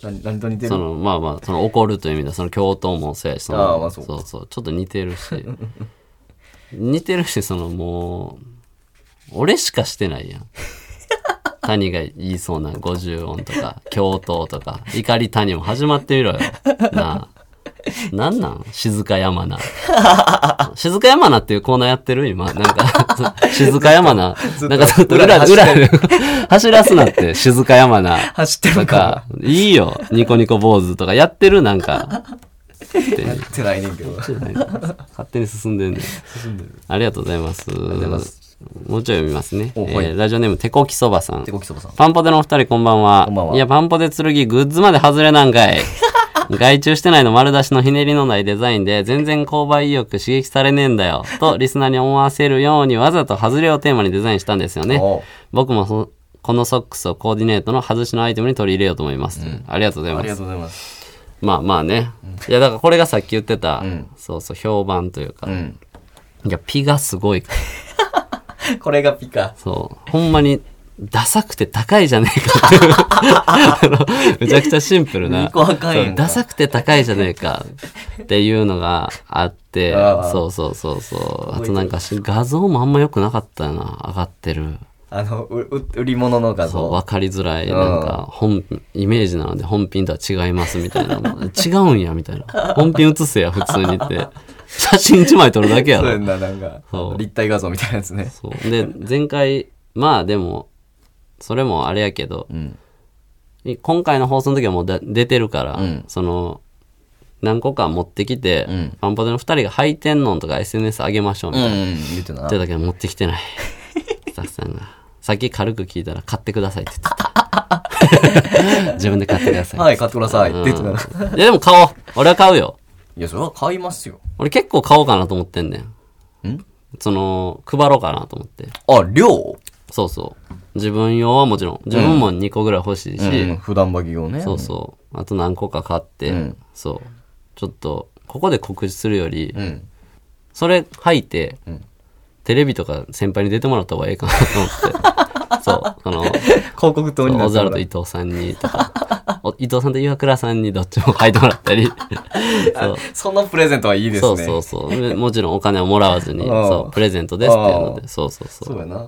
Speaker 3: 何何と似て
Speaker 2: そ
Speaker 3: る
Speaker 2: のまあまあその怒るという意味でその共闘もそうやしその
Speaker 3: あーまあそう
Speaker 2: そうちょっと似てるし [laughs] 似てるしそのもう俺しかしてないや
Speaker 3: [laughs]
Speaker 2: ん谷が言いそうな五十音とか共闘とか怒り谷も始まってみろよなあなんなん静か山名静か山名っていうコーナーやってる今なんか [laughs] 静か山名なんかちょっと裏
Speaker 3: 裏で走
Speaker 2: [laughs] 裏
Speaker 3: ってる
Speaker 2: 走らすなって静か山名
Speaker 3: 走って
Speaker 2: と
Speaker 3: るか
Speaker 2: か、いいよ、ニコニコ坊主とかやってるなんか。
Speaker 3: やってないねんけど。
Speaker 2: 勝手に進んでんねありがとうございます。もうちょい読みますね。え
Speaker 3: おはい
Speaker 2: ーラジオネーム、てこきそばさん
Speaker 3: 手。こきそばさん。
Speaker 2: パンポテのお二人こんばんは。
Speaker 3: こんばんはい
Speaker 2: や、パンポテ剣グッズまで外れなんかい。 [laughs] 外注してないの丸出しのひねりのないデザインで全然購買意欲刺激されねえんだよ。と、リスナーに思わせるようにわざと外れをテーマにデザインしたんですよね
Speaker 3: おう。
Speaker 2: 僕もそこのソックスをコーディネートの外しのアイテムに取り入れようと思います。ありがとうござい
Speaker 3: あ
Speaker 2: ま
Speaker 3: り
Speaker 2: す
Speaker 3: が。とうございます。
Speaker 2: まあまあね。いや、だからこれがさっき言ってた、そうそう、評判というか、
Speaker 3: うん。
Speaker 2: いや、ピがすごいから、
Speaker 3: これがピカ。
Speaker 2: そう、ほんまに、ダサくて高いじゃねえかっていうあの。 [laughs] めちゃくちゃシンプルな。
Speaker 3: 二個あかんやんか
Speaker 2: そうダサくて高いじゃねえかっていうのがあって
Speaker 3: あ、ー
Speaker 2: そうそうそうそう。あとなんかし画像もあんま良くなかったよな、上がってる。
Speaker 3: あの、うう売り物の画
Speaker 2: そう、
Speaker 3: 像。
Speaker 2: わかりづらい、なんか、本、イメージなので本品とは違いますみたいな。違うんや、みたいな。本品写せや、普通に
Speaker 3: [laughs]
Speaker 2: って。写真1枚撮るだけや
Speaker 3: そうや
Speaker 2: ろ
Speaker 3: ん。な、なんか
Speaker 2: そ、う
Speaker 3: 立体画像みたいなやつね。
Speaker 2: そう。で、前回、まあでも、それもあれやけど、
Speaker 3: ん
Speaker 2: 今回の放送の時はもうだ出てるから、
Speaker 3: ん
Speaker 2: その、何個か持ってきて、
Speaker 3: ん
Speaker 2: パンポテの2人が履いてんのんとか SNS 上げましょうみ
Speaker 3: う
Speaker 2: たいな。
Speaker 3: ん、言ってたな
Speaker 2: って。だけど持ってきてない。 [laughs] スタッフさんが。さっき軽く聞いたら買ってくださいって言ってた。自 [laughs] 分で買ってください。
Speaker 3: はい、買ってください。って言ってたな。
Speaker 2: いやでも買おう。俺は買うよ。
Speaker 3: いや、それは買いますよ。
Speaker 2: 俺結構買おうかなと思ってんねん。その、配ろうかなと思って。
Speaker 3: あ、量
Speaker 2: そうそう。自分用はもちろん。自分も2個ぐらい欲しいし、
Speaker 3: うん、普段履き用ね。
Speaker 2: そうそう。あと何個か買って、
Speaker 3: ん
Speaker 2: そう。ちょっと、ここで告知するより、
Speaker 3: ん
Speaker 2: それ吐いて、テレビとか先輩に出てもらった方がええかな
Speaker 3: [laughs]
Speaker 2: と思って。そう。あの、
Speaker 3: 広告塔にな
Speaker 2: オ
Speaker 3: って
Speaker 2: ズワ
Speaker 3: も
Speaker 2: ルド伊
Speaker 3: ら
Speaker 2: 藤さんにとか、お伊藤さんと岩倉さんにどっちも書いてもらった
Speaker 3: [laughs]
Speaker 2: り、そう
Speaker 3: うそのプレゼントはいいですね。
Speaker 2: そうそうそうでもちろんお金をもらわずに、
Speaker 3: ん
Speaker 2: そう、プレゼントですっていうの
Speaker 3: う
Speaker 2: で、そうそうそう。
Speaker 3: そうやな。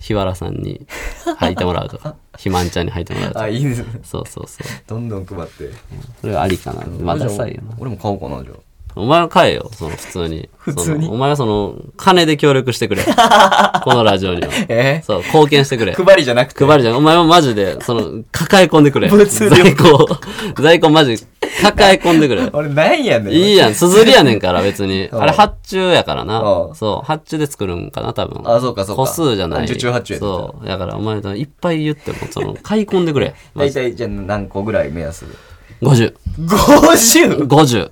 Speaker 2: 日原さんに履いてもらうと
Speaker 3: [laughs]
Speaker 2: か、ひまんちゃんに履いてもらうと
Speaker 3: あ、
Speaker 2: か。
Speaker 3: いい [laughs] ですね。
Speaker 2: そうそうそう。
Speaker 3: どんどん配って。
Speaker 2: それはありかな。まあ、ダサいよな。
Speaker 3: 俺も買おうかな、じゃあ。
Speaker 2: お前は買えよ、その普通に。
Speaker 3: 普通に
Speaker 2: そのお前はその、金で協力して
Speaker 3: [laughs]
Speaker 2: くれ。このラジオには。
Speaker 3: え
Speaker 2: そう、貢献してくれ。
Speaker 3: 配りじゃなくて。
Speaker 2: 配るじゃん。お前はマジで、その、抱え込んでくれ。
Speaker 3: 物量
Speaker 2: 在庫を、在庫マジ抱え込んでくる。
Speaker 3: [laughs] 俺、なんやねん。
Speaker 2: いいやん、すずりやねんから別に。
Speaker 3: うん
Speaker 2: あれ発注やからな
Speaker 3: うん。
Speaker 2: そう、発注で作るんかな、多分。
Speaker 3: あそうかそうか
Speaker 2: 個数じゃない。
Speaker 3: 受注発注やった
Speaker 2: そう。だからお前、いっぱい言っても、その、買い込んでくれ。マ
Speaker 3: 大
Speaker 2: ジで
Speaker 3: 体、じゃあ何個ぐらい目安
Speaker 2: 50。
Speaker 3: ?50!
Speaker 2: 50。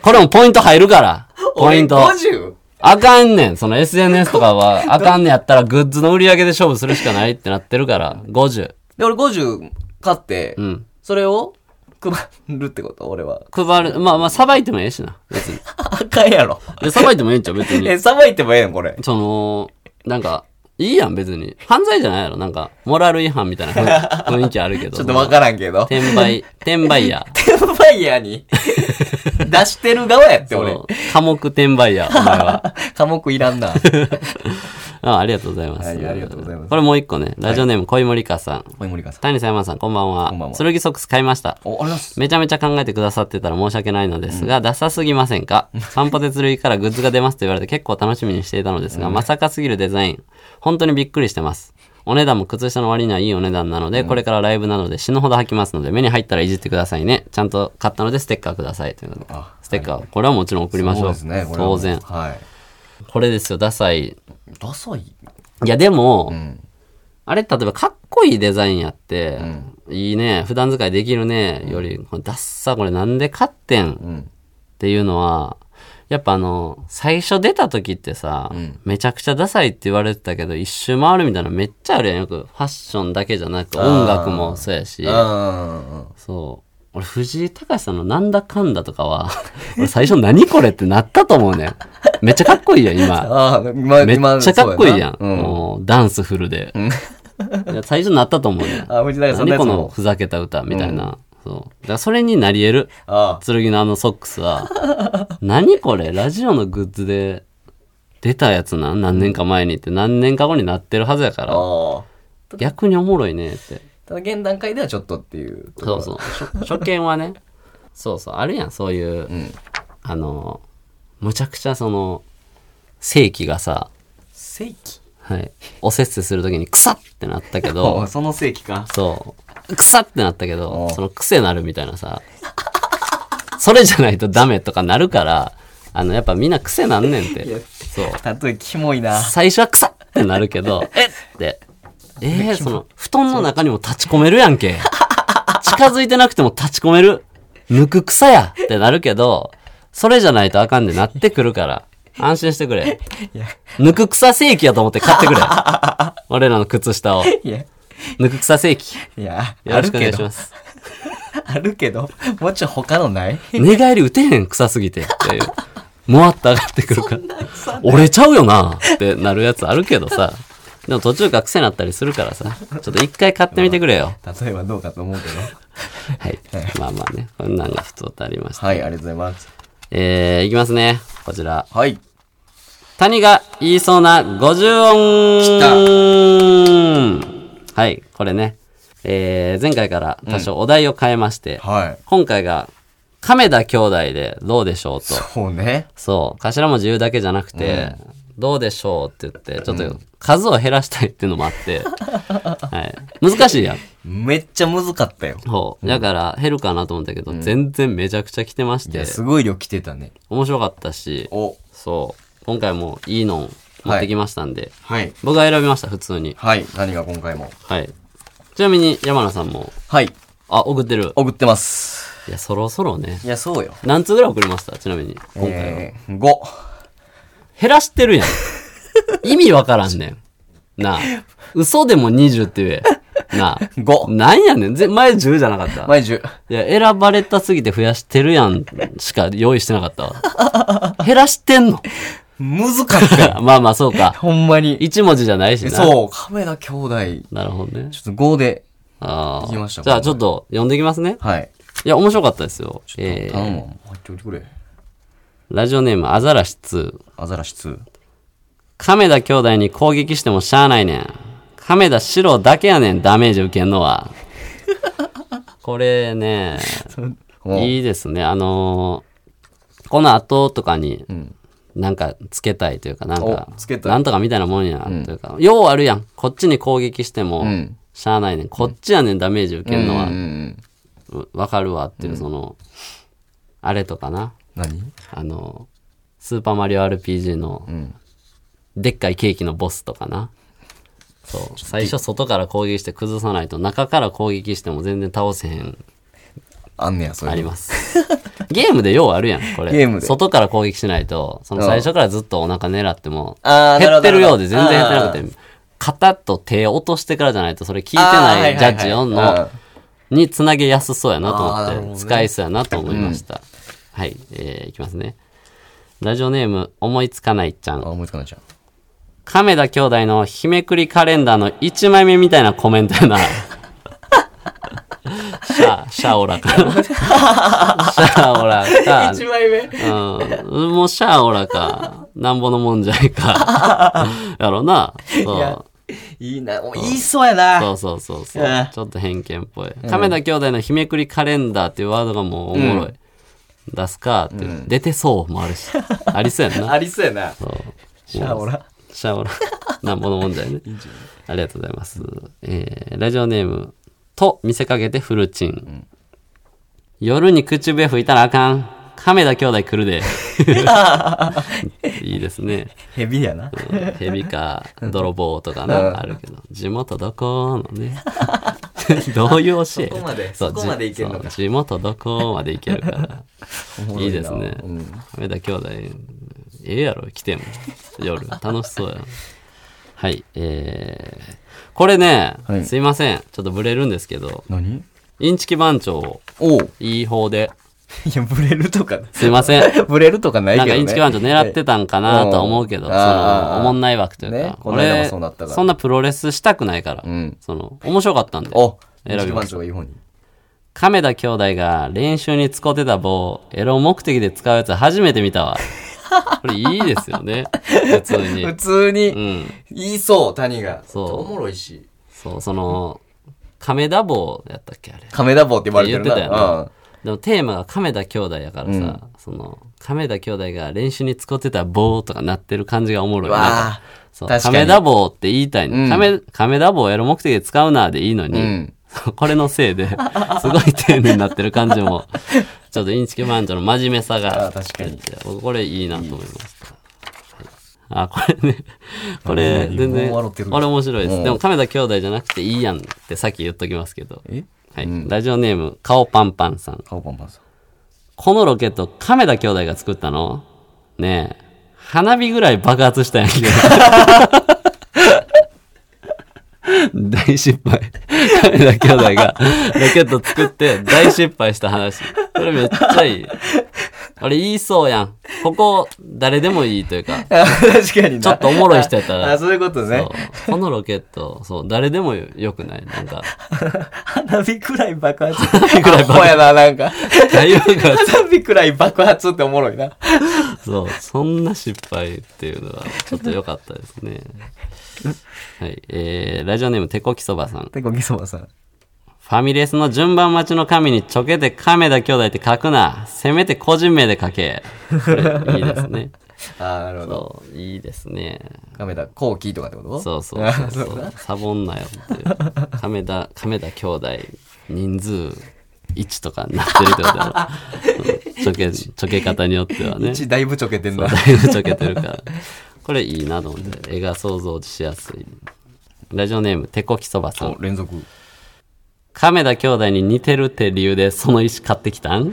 Speaker 2: これもポイント入るから。ポイント。
Speaker 3: 50!
Speaker 2: あかんねん。その SNS とかは、あかんねんやったらグッズの売り上げで勝負するしかないってなってるから、50。
Speaker 3: で、俺50買って、
Speaker 2: うん。
Speaker 3: それを配るってこと俺は。 [laughs]
Speaker 2: 配る、まあまあ、さばいてもええしな。別に。
Speaker 3: あかんやろ。
Speaker 2: で、さばいてもええんちゃう別に。
Speaker 3: [laughs] え、さばいてもええのこれ。
Speaker 2: その、なんか、いいやん、別に。犯罪じゃないやろ。なんか、モラル違反みたいな
Speaker 3: [laughs]
Speaker 2: 雰雰囲気あるけど。
Speaker 3: ちょっとわからんけど。
Speaker 2: 転売、転売
Speaker 3: [laughs]
Speaker 2: ヤー。
Speaker 3: テンファイヤ
Speaker 2: [laughs]
Speaker 3: ーに出してる側やって、俺
Speaker 2: そ。う寡黙転売ヤー、お前は。
Speaker 3: [laughs] 科目いらんな。
Speaker 2: あありがとうございます。
Speaker 3: はいありがとうございます
Speaker 2: これもう一個ね。ラジオネーム、小井森香さん。
Speaker 3: おい、森川さん。
Speaker 2: 谷さん山田さん、こんばんは。
Speaker 3: こんばんは
Speaker 2: 剣ソックス買いました。
Speaker 3: お、ありがとうございます。
Speaker 2: めちゃめちゃ考えてくださってたら申し訳ないのですが、ダサすぎませんか散歩で剣からグッズが出ますと言われて結構楽しみにしていたのですが、まさかすぎるデザイン。本当にびっくりしてます。お値段も靴下の割にはいいお値段なので、これからライブなので死ぬほど履きますので、目に入ったらいじってくださいね。ちゃんと買ったのでステッカーください。ということで
Speaker 3: あ
Speaker 2: ステッカー、これはもちろん送りましょう。
Speaker 3: そうですね、これはも
Speaker 2: 当
Speaker 3: う
Speaker 2: 然。
Speaker 3: はい。
Speaker 2: これですよ、ダサい。
Speaker 3: ダサい
Speaker 2: いや、でも、
Speaker 3: ん
Speaker 2: あれ、例えば、かっこいいデザインやって、いいね、普段使いできるね、より、これダッサ、これなんで買ってん、っていうのは、やっぱあの、最初出た時ってさ、めちゃくちゃダサいって言われてたけど、一周回るみたいなのめっちゃあるやん。よく、ファッションだけじゃなく、音楽もそうやし、
Speaker 3: うん。
Speaker 2: そう。俺、藤井隆さんのなんだかんだとかは、 [laughs] 俺最初何これってなったと思うねん。めっちゃかっこいいやん、今。
Speaker 3: [laughs] ああ、今、
Speaker 2: めっ
Speaker 3: 今
Speaker 2: ちゃかっこいいやん。
Speaker 3: そうなうん。
Speaker 2: もうダンスフルで。いや最初なったと思うね。
Speaker 3: あ藤永さん
Speaker 2: 何
Speaker 3: のやつ
Speaker 2: こ
Speaker 3: も
Speaker 2: のふざけた歌みたいな。そう。だからそれになり得る。
Speaker 3: あ
Speaker 2: 剣のあのソックスは。
Speaker 3: [laughs]
Speaker 2: 何これラジオのグッズで出たやつなん何年か前にって何年か後になってるはずやか
Speaker 3: あ。
Speaker 2: ら。
Speaker 3: ああ。
Speaker 2: 逆におもろいねって。
Speaker 3: ただ、現段階ではちょっとっていう。
Speaker 2: そうそう。初初見はね。そうそう。あるやん、そういう。あの、むちゃくちゃその、正規がさ、
Speaker 3: 正規
Speaker 2: はい。おせっせするときに、くさってなったけ
Speaker 3: お
Speaker 2: ど、
Speaker 3: [laughs] その正規か。
Speaker 2: そう。くさってなったけ
Speaker 3: お
Speaker 2: ど、その癖なるみたいなさ、それじゃないとダメとかなるから、あの、やっぱみんな癖なんねんって。そう。
Speaker 3: 例え、キモい [laughs] な。
Speaker 2: 最初はくさってなるけど、えって。えー、その、布団の中にも立ち込めるやんけ。近づいてなくても立ち込める。抜く草やってなるけど、それじゃないとあかんでなってくるから、安心してくれ。抜く草正規やと思って買ってくれ。俺らの靴下を。
Speaker 3: いや、
Speaker 2: 抜く草正規。
Speaker 3: いや、
Speaker 2: よろ
Speaker 3: ある
Speaker 2: しくお願
Speaker 3: け
Speaker 2: いし
Speaker 3: ど
Speaker 2: ま、す。
Speaker 3: あるけど、もうちょい他のない
Speaker 2: 寝返り打てへん、臭すぎてっていう。もわっと上がってくるから。折れちゃうよなってなるやつあるけどさ。でも途中から癖になったりするからさ。ちょっと一回買ってみてくれよ。
Speaker 3: 例えばどうかと思うけど。
Speaker 2: はい。まあまあね。こんなんが普通とありました。
Speaker 3: はい、ありがとうございます。
Speaker 2: えー、いきますね。こちら。
Speaker 3: はい。
Speaker 2: 谷が言いそうな50音。きた。はい、これね。えー、前回から多少お題を変えまして、
Speaker 3: はい。
Speaker 2: 今回が亀田兄弟でどうでしょうと。
Speaker 3: そうね。
Speaker 2: そう。頭文字言うだけじゃなくて、どうでしょうって言って、ちょっと数を減らしたいっていうのもあ
Speaker 3: [laughs]
Speaker 2: って、はい。難しいやん。
Speaker 3: めっちゃ難かったよ。
Speaker 2: そう。だから減るかなと思ったけど、全然めちゃくちゃ来てまし
Speaker 3: い
Speaker 2: て
Speaker 3: や、、すごい量来てたね。
Speaker 2: 面白かったし、
Speaker 3: お。
Speaker 2: そう。今回もいいのを持ってきましたんで、
Speaker 3: はい。
Speaker 2: 僕が選びました、普通に。
Speaker 3: はい。何が今回も。
Speaker 2: はい。ちなみに山名さんも、
Speaker 3: はい。
Speaker 2: あ、送ってる。
Speaker 3: 送ってます。
Speaker 2: いや、そろそろね
Speaker 3: い。や、そうよ。
Speaker 2: 何通ぐらい送りましたちなみに、今回は。
Speaker 3: えー、5。
Speaker 2: 減らしてるやん。
Speaker 3: [laughs]
Speaker 2: 意味わからんねん。なあ。嘘でも20って言え。なあ。
Speaker 3: 五
Speaker 2: なんやねん。ぜ前10じゃなかった。
Speaker 3: 前10。
Speaker 2: いや、選ばれたすぎて増やしてるやんしか用意してなかったわ。減らしてんの [laughs]
Speaker 3: 難かったよ。
Speaker 2: まあまあそうか。
Speaker 3: [laughs] ほんまに。
Speaker 2: 1文字じゃないしな。
Speaker 3: そう、亀田兄弟。
Speaker 2: う。なるほどね。
Speaker 3: ちょっと5で。
Speaker 2: あ
Speaker 3: いきました
Speaker 2: あ。じゃあちょっと読んでいきますね。
Speaker 3: はい。
Speaker 2: いや、面白かったですよ。え
Speaker 3: 頼
Speaker 2: ー、
Speaker 3: むわ。入っておいてくれ。
Speaker 2: ラジオネームアザラシ2。
Speaker 3: アザラシ2。
Speaker 2: 亀田兄弟に攻撃してもしゃあないねん。亀田四郎だけやねん、ダメージ受けんの
Speaker 3: [laughs]
Speaker 2: は。これね、
Speaker 3: お
Speaker 2: いいですね。あのーこの後とかに、なんかつけたいというか、なんか
Speaker 3: お、つけたい
Speaker 2: なんとかみたいなもんや、というか、ようあるやん。こっちに攻撃しても、
Speaker 3: ん
Speaker 2: しゃあないねん。こっちやねん、ダメージ受けんのは。
Speaker 3: うん。
Speaker 2: うわかるわっていう、その、あれとかな。
Speaker 3: 何
Speaker 2: あの、スーパーマリオ RPG の、でっかいケーキのボスとかな。そう。最初外から攻撃して崩さないと、中から攻撃しても全然倒せへん、
Speaker 3: あんねや、そういうの。
Speaker 2: あります。 [laughs] ゲームでようあるやん、これ。
Speaker 3: ゲームで
Speaker 2: 外から攻撃しないと、その最初からずっとお腹狙っても、
Speaker 3: あーなる
Speaker 2: 減
Speaker 3: ほ
Speaker 2: っ
Speaker 3: ど
Speaker 2: てるようで全然減ってな
Speaker 3: あ
Speaker 2: くて、肩と手を落としてからじゃないと、それ聞いてないジャッジ4
Speaker 3: あーはいはいはい
Speaker 2: の、につなげやすそうやなと
Speaker 3: あーなるほ
Speaker 2: 思っ
Speaker 3: どね
Speaker 2: て、使いそうやなと思いました。はい、えーいきますね。ラジオネーム、思いつかないちゃ
Speaker 3: あ、
Speaker 2: ん。
Speaker 3: 思いつかないじゃん。
Speaker 2: 亀田兄弟の日めくりカレンダーの1枚目みたいなコメントやな。シャ、シャオ
Speaker 3: [laughs]
Speaker 2: ラかな。シャオラか。
Speaker 3: 枚目。
Speaker 2: うん。もうシャオラか。なんぼのもんじゃいか。やろな。そう。
Speaker 3: いいな、お言いそうやな。
Speaker 2: そうそうそうそう
Speaker 3: うん。
Speaker 2: ちょっと偏見っぽい。亀田兄弟の日めくりカレンダーっていうワードがもうおもろい。出すかって、出てそうもあるし。ありそうやんな。
Speaker 3: ありそうやな。
Speaker 2: そう
Speaker 3: シャオラ。
Speaker 2: シャオ [laughs] ラ。なんぼのもんじゃね。ありがとうございます。えーラジオネーム、と見せかけてフルチン。夜に口笛吹いたらあかん。亀田兄弟来る [laughs] で。いいですね。
Speaker 3: ヘビやな。
Speaker 2: [laughs] ヘビか泥棒とかな、あるけど。地元どこのね。 [laughs] どういう教え
Speaker 3: そこまで
Speaker 2: う
Speaker 3: そこまでいけるの
Speaker 2: じ
Speaker 3: か
Speaker 2: そう地元どこまでいける
Speaker 3: [laughs]
Speaker 2: から。いいですね
Speaker 3: うん。
Speaker 2: 亀田兄弟、ええやろ、来ても。夜、楽しそうや。はい、えー、これね、
Speaker 3: はい
Speaker 2: すいません。ちょっとブレるんですけど、
Speaker 3: 何
Speaker 2: インチキ番長を
Speaker 3: おう。
Speaker 2: いい方で、
Speaker 3: いや、ブレるとか、
Speaker 2: すいません。
Speaker 3: [laughs] ブレるとかないけ
Speaker 2: なん
Speaker 3: どね。
Speaker 2: かインチキ番長狙ってたんかなとは思うけど、
Speaker 3: う
Speaker 2: そ
Speaker 3: んあー
Speaker 2: の、おもんない枠というか、
Speaker 3: ねこの間もそうなったから
Speaker 2: 俺そんなプロレスしたくないから、
Speaker 3: ん
Speaker 2: その、面白かったんで、
Speaker 3: お、
Speaker 2: 選びま
Speaker 3: 一番
Speaker 2: した
Speaker 3: 上。がいい方に。
Speaker 2: 亀田兄弟が練習に使ってた棒、エロ目的で使うやつ初めて見た
Speaker 3: [laughs]
Speaker 2: わ。これいいですよね。普通に。
Speaker 3: 普通
Speaker 2: う
Speaker 3: に、
Speaker 2: ん。
Speaker 3: 言いそう、谷が。
Speaker 2: そう
Speaker 3: おもろいし。
Speaker 2: そう、その、亀田棒やったっけあれ。っ
Speaker 3: カメダ棒って言われ
Speaker 2: て
Speaker 3: て
Speaker 2: 言っ
Speaker 3: る
Speaker 2: て
Speaker 3: な。
Speaker 2: たよな。でもテーマが亀田兄弟やからさ、その、亀田兄弟が練習に使ってた棒とかなってる感じがおもろい。
Speaker 3: わあ
Speaker 2: なんかそう
Speaker 3: 確かに
Speaker 2: 亀田棒って言いたいの。
Speaker 3: うん
Speaker 2: 亀亀田棒をエロ目的で使うなでいいのに、
Speaker 3: うん
Speaker 2: これのせいで、 [laughs] すごい丁寧になってる感じも、ちょっとインチキマンジョの真面目さが
Speaker 3: あ、確かに
Speaker 2: 僕これいいなと思いました。はいあ、これ
Speaker 3: [laughs]
Speaker 2: ね、これ
Speaker 3: もう
Speaker 2: 全然、
Speaker 3: もう笑ってる
Speaker 2: これ面白いで
Speaker 3: うん
Speaker 2: す。でも亀田兄弟じゃなくていいやんってさっき言っときますけど。
Speaker 3: え
Speaker 2: はい。ラジオネーム、顔パンパンさん。
Speaker 3: 顔パンパンさん。
Speaker 2: このロケット、亀田兄弟が作ったのねえ。花火ぐらい爆発したんやけど。大失敗。亀田兄弟がロケット作って大失敗した話。これめっちゃいい。俺言いそうやん。ここ、誰でもいいというか。
Speaker 3: あ [laughs] 確かにな
Speaker 2: ちょっとおもろい人やったら
Speaker 3: [laughs] あ、そういうことね。
Speaker 2: そうこのロケット、そう、誰でもよくないなんか、
Speaker 3: 花火くらい爆発。花 [laughs] 火くらい爆発。やな、なんか。
Speaker 2: 大爆発。
Speaker 3: 花火くらい爆発っておもろいな。
Speaker 2: そう、そんな失敗っていうのは、ちょっと良かったですね。はい、えー、ラジオネーム、てこきそばさん。
Speaker 3: てこぎそばさん。
Speaker 2: ファミレスの順番待ちの神にちょけて亀田兄弟って書くな。せめて個人名で書け。これいいですね。
Speaker 3: あーなるほど。
Speaker 2: そう、いいですね。
Speaker 3: 亀田コウキとかってこと
Speaker 2: そうそう
Speaker 3: あ
Speaker 2: そう
Speaker 3: ー
Speaker 2: そ
Speaker 3: そう
Speaker 2: う。サボんなよっていう。亀田、亀田兄弟、人数1とかになってるってことだろうんちょけ、ちょけ方によってはね。
Speaker 3: 一だいぶちょけてん
Speaker 2: そう
Speaker 3: な。 [laughs]
Speaker 2: だいぶちょけてるから。これいいなと思って。絵が想像しやすい。ラジオネーム、てこきそばさん。
Speaker 3: お連続。
Speaker 2: 亀田兄弟に似てるって理由でその石買ってき [laughs] たん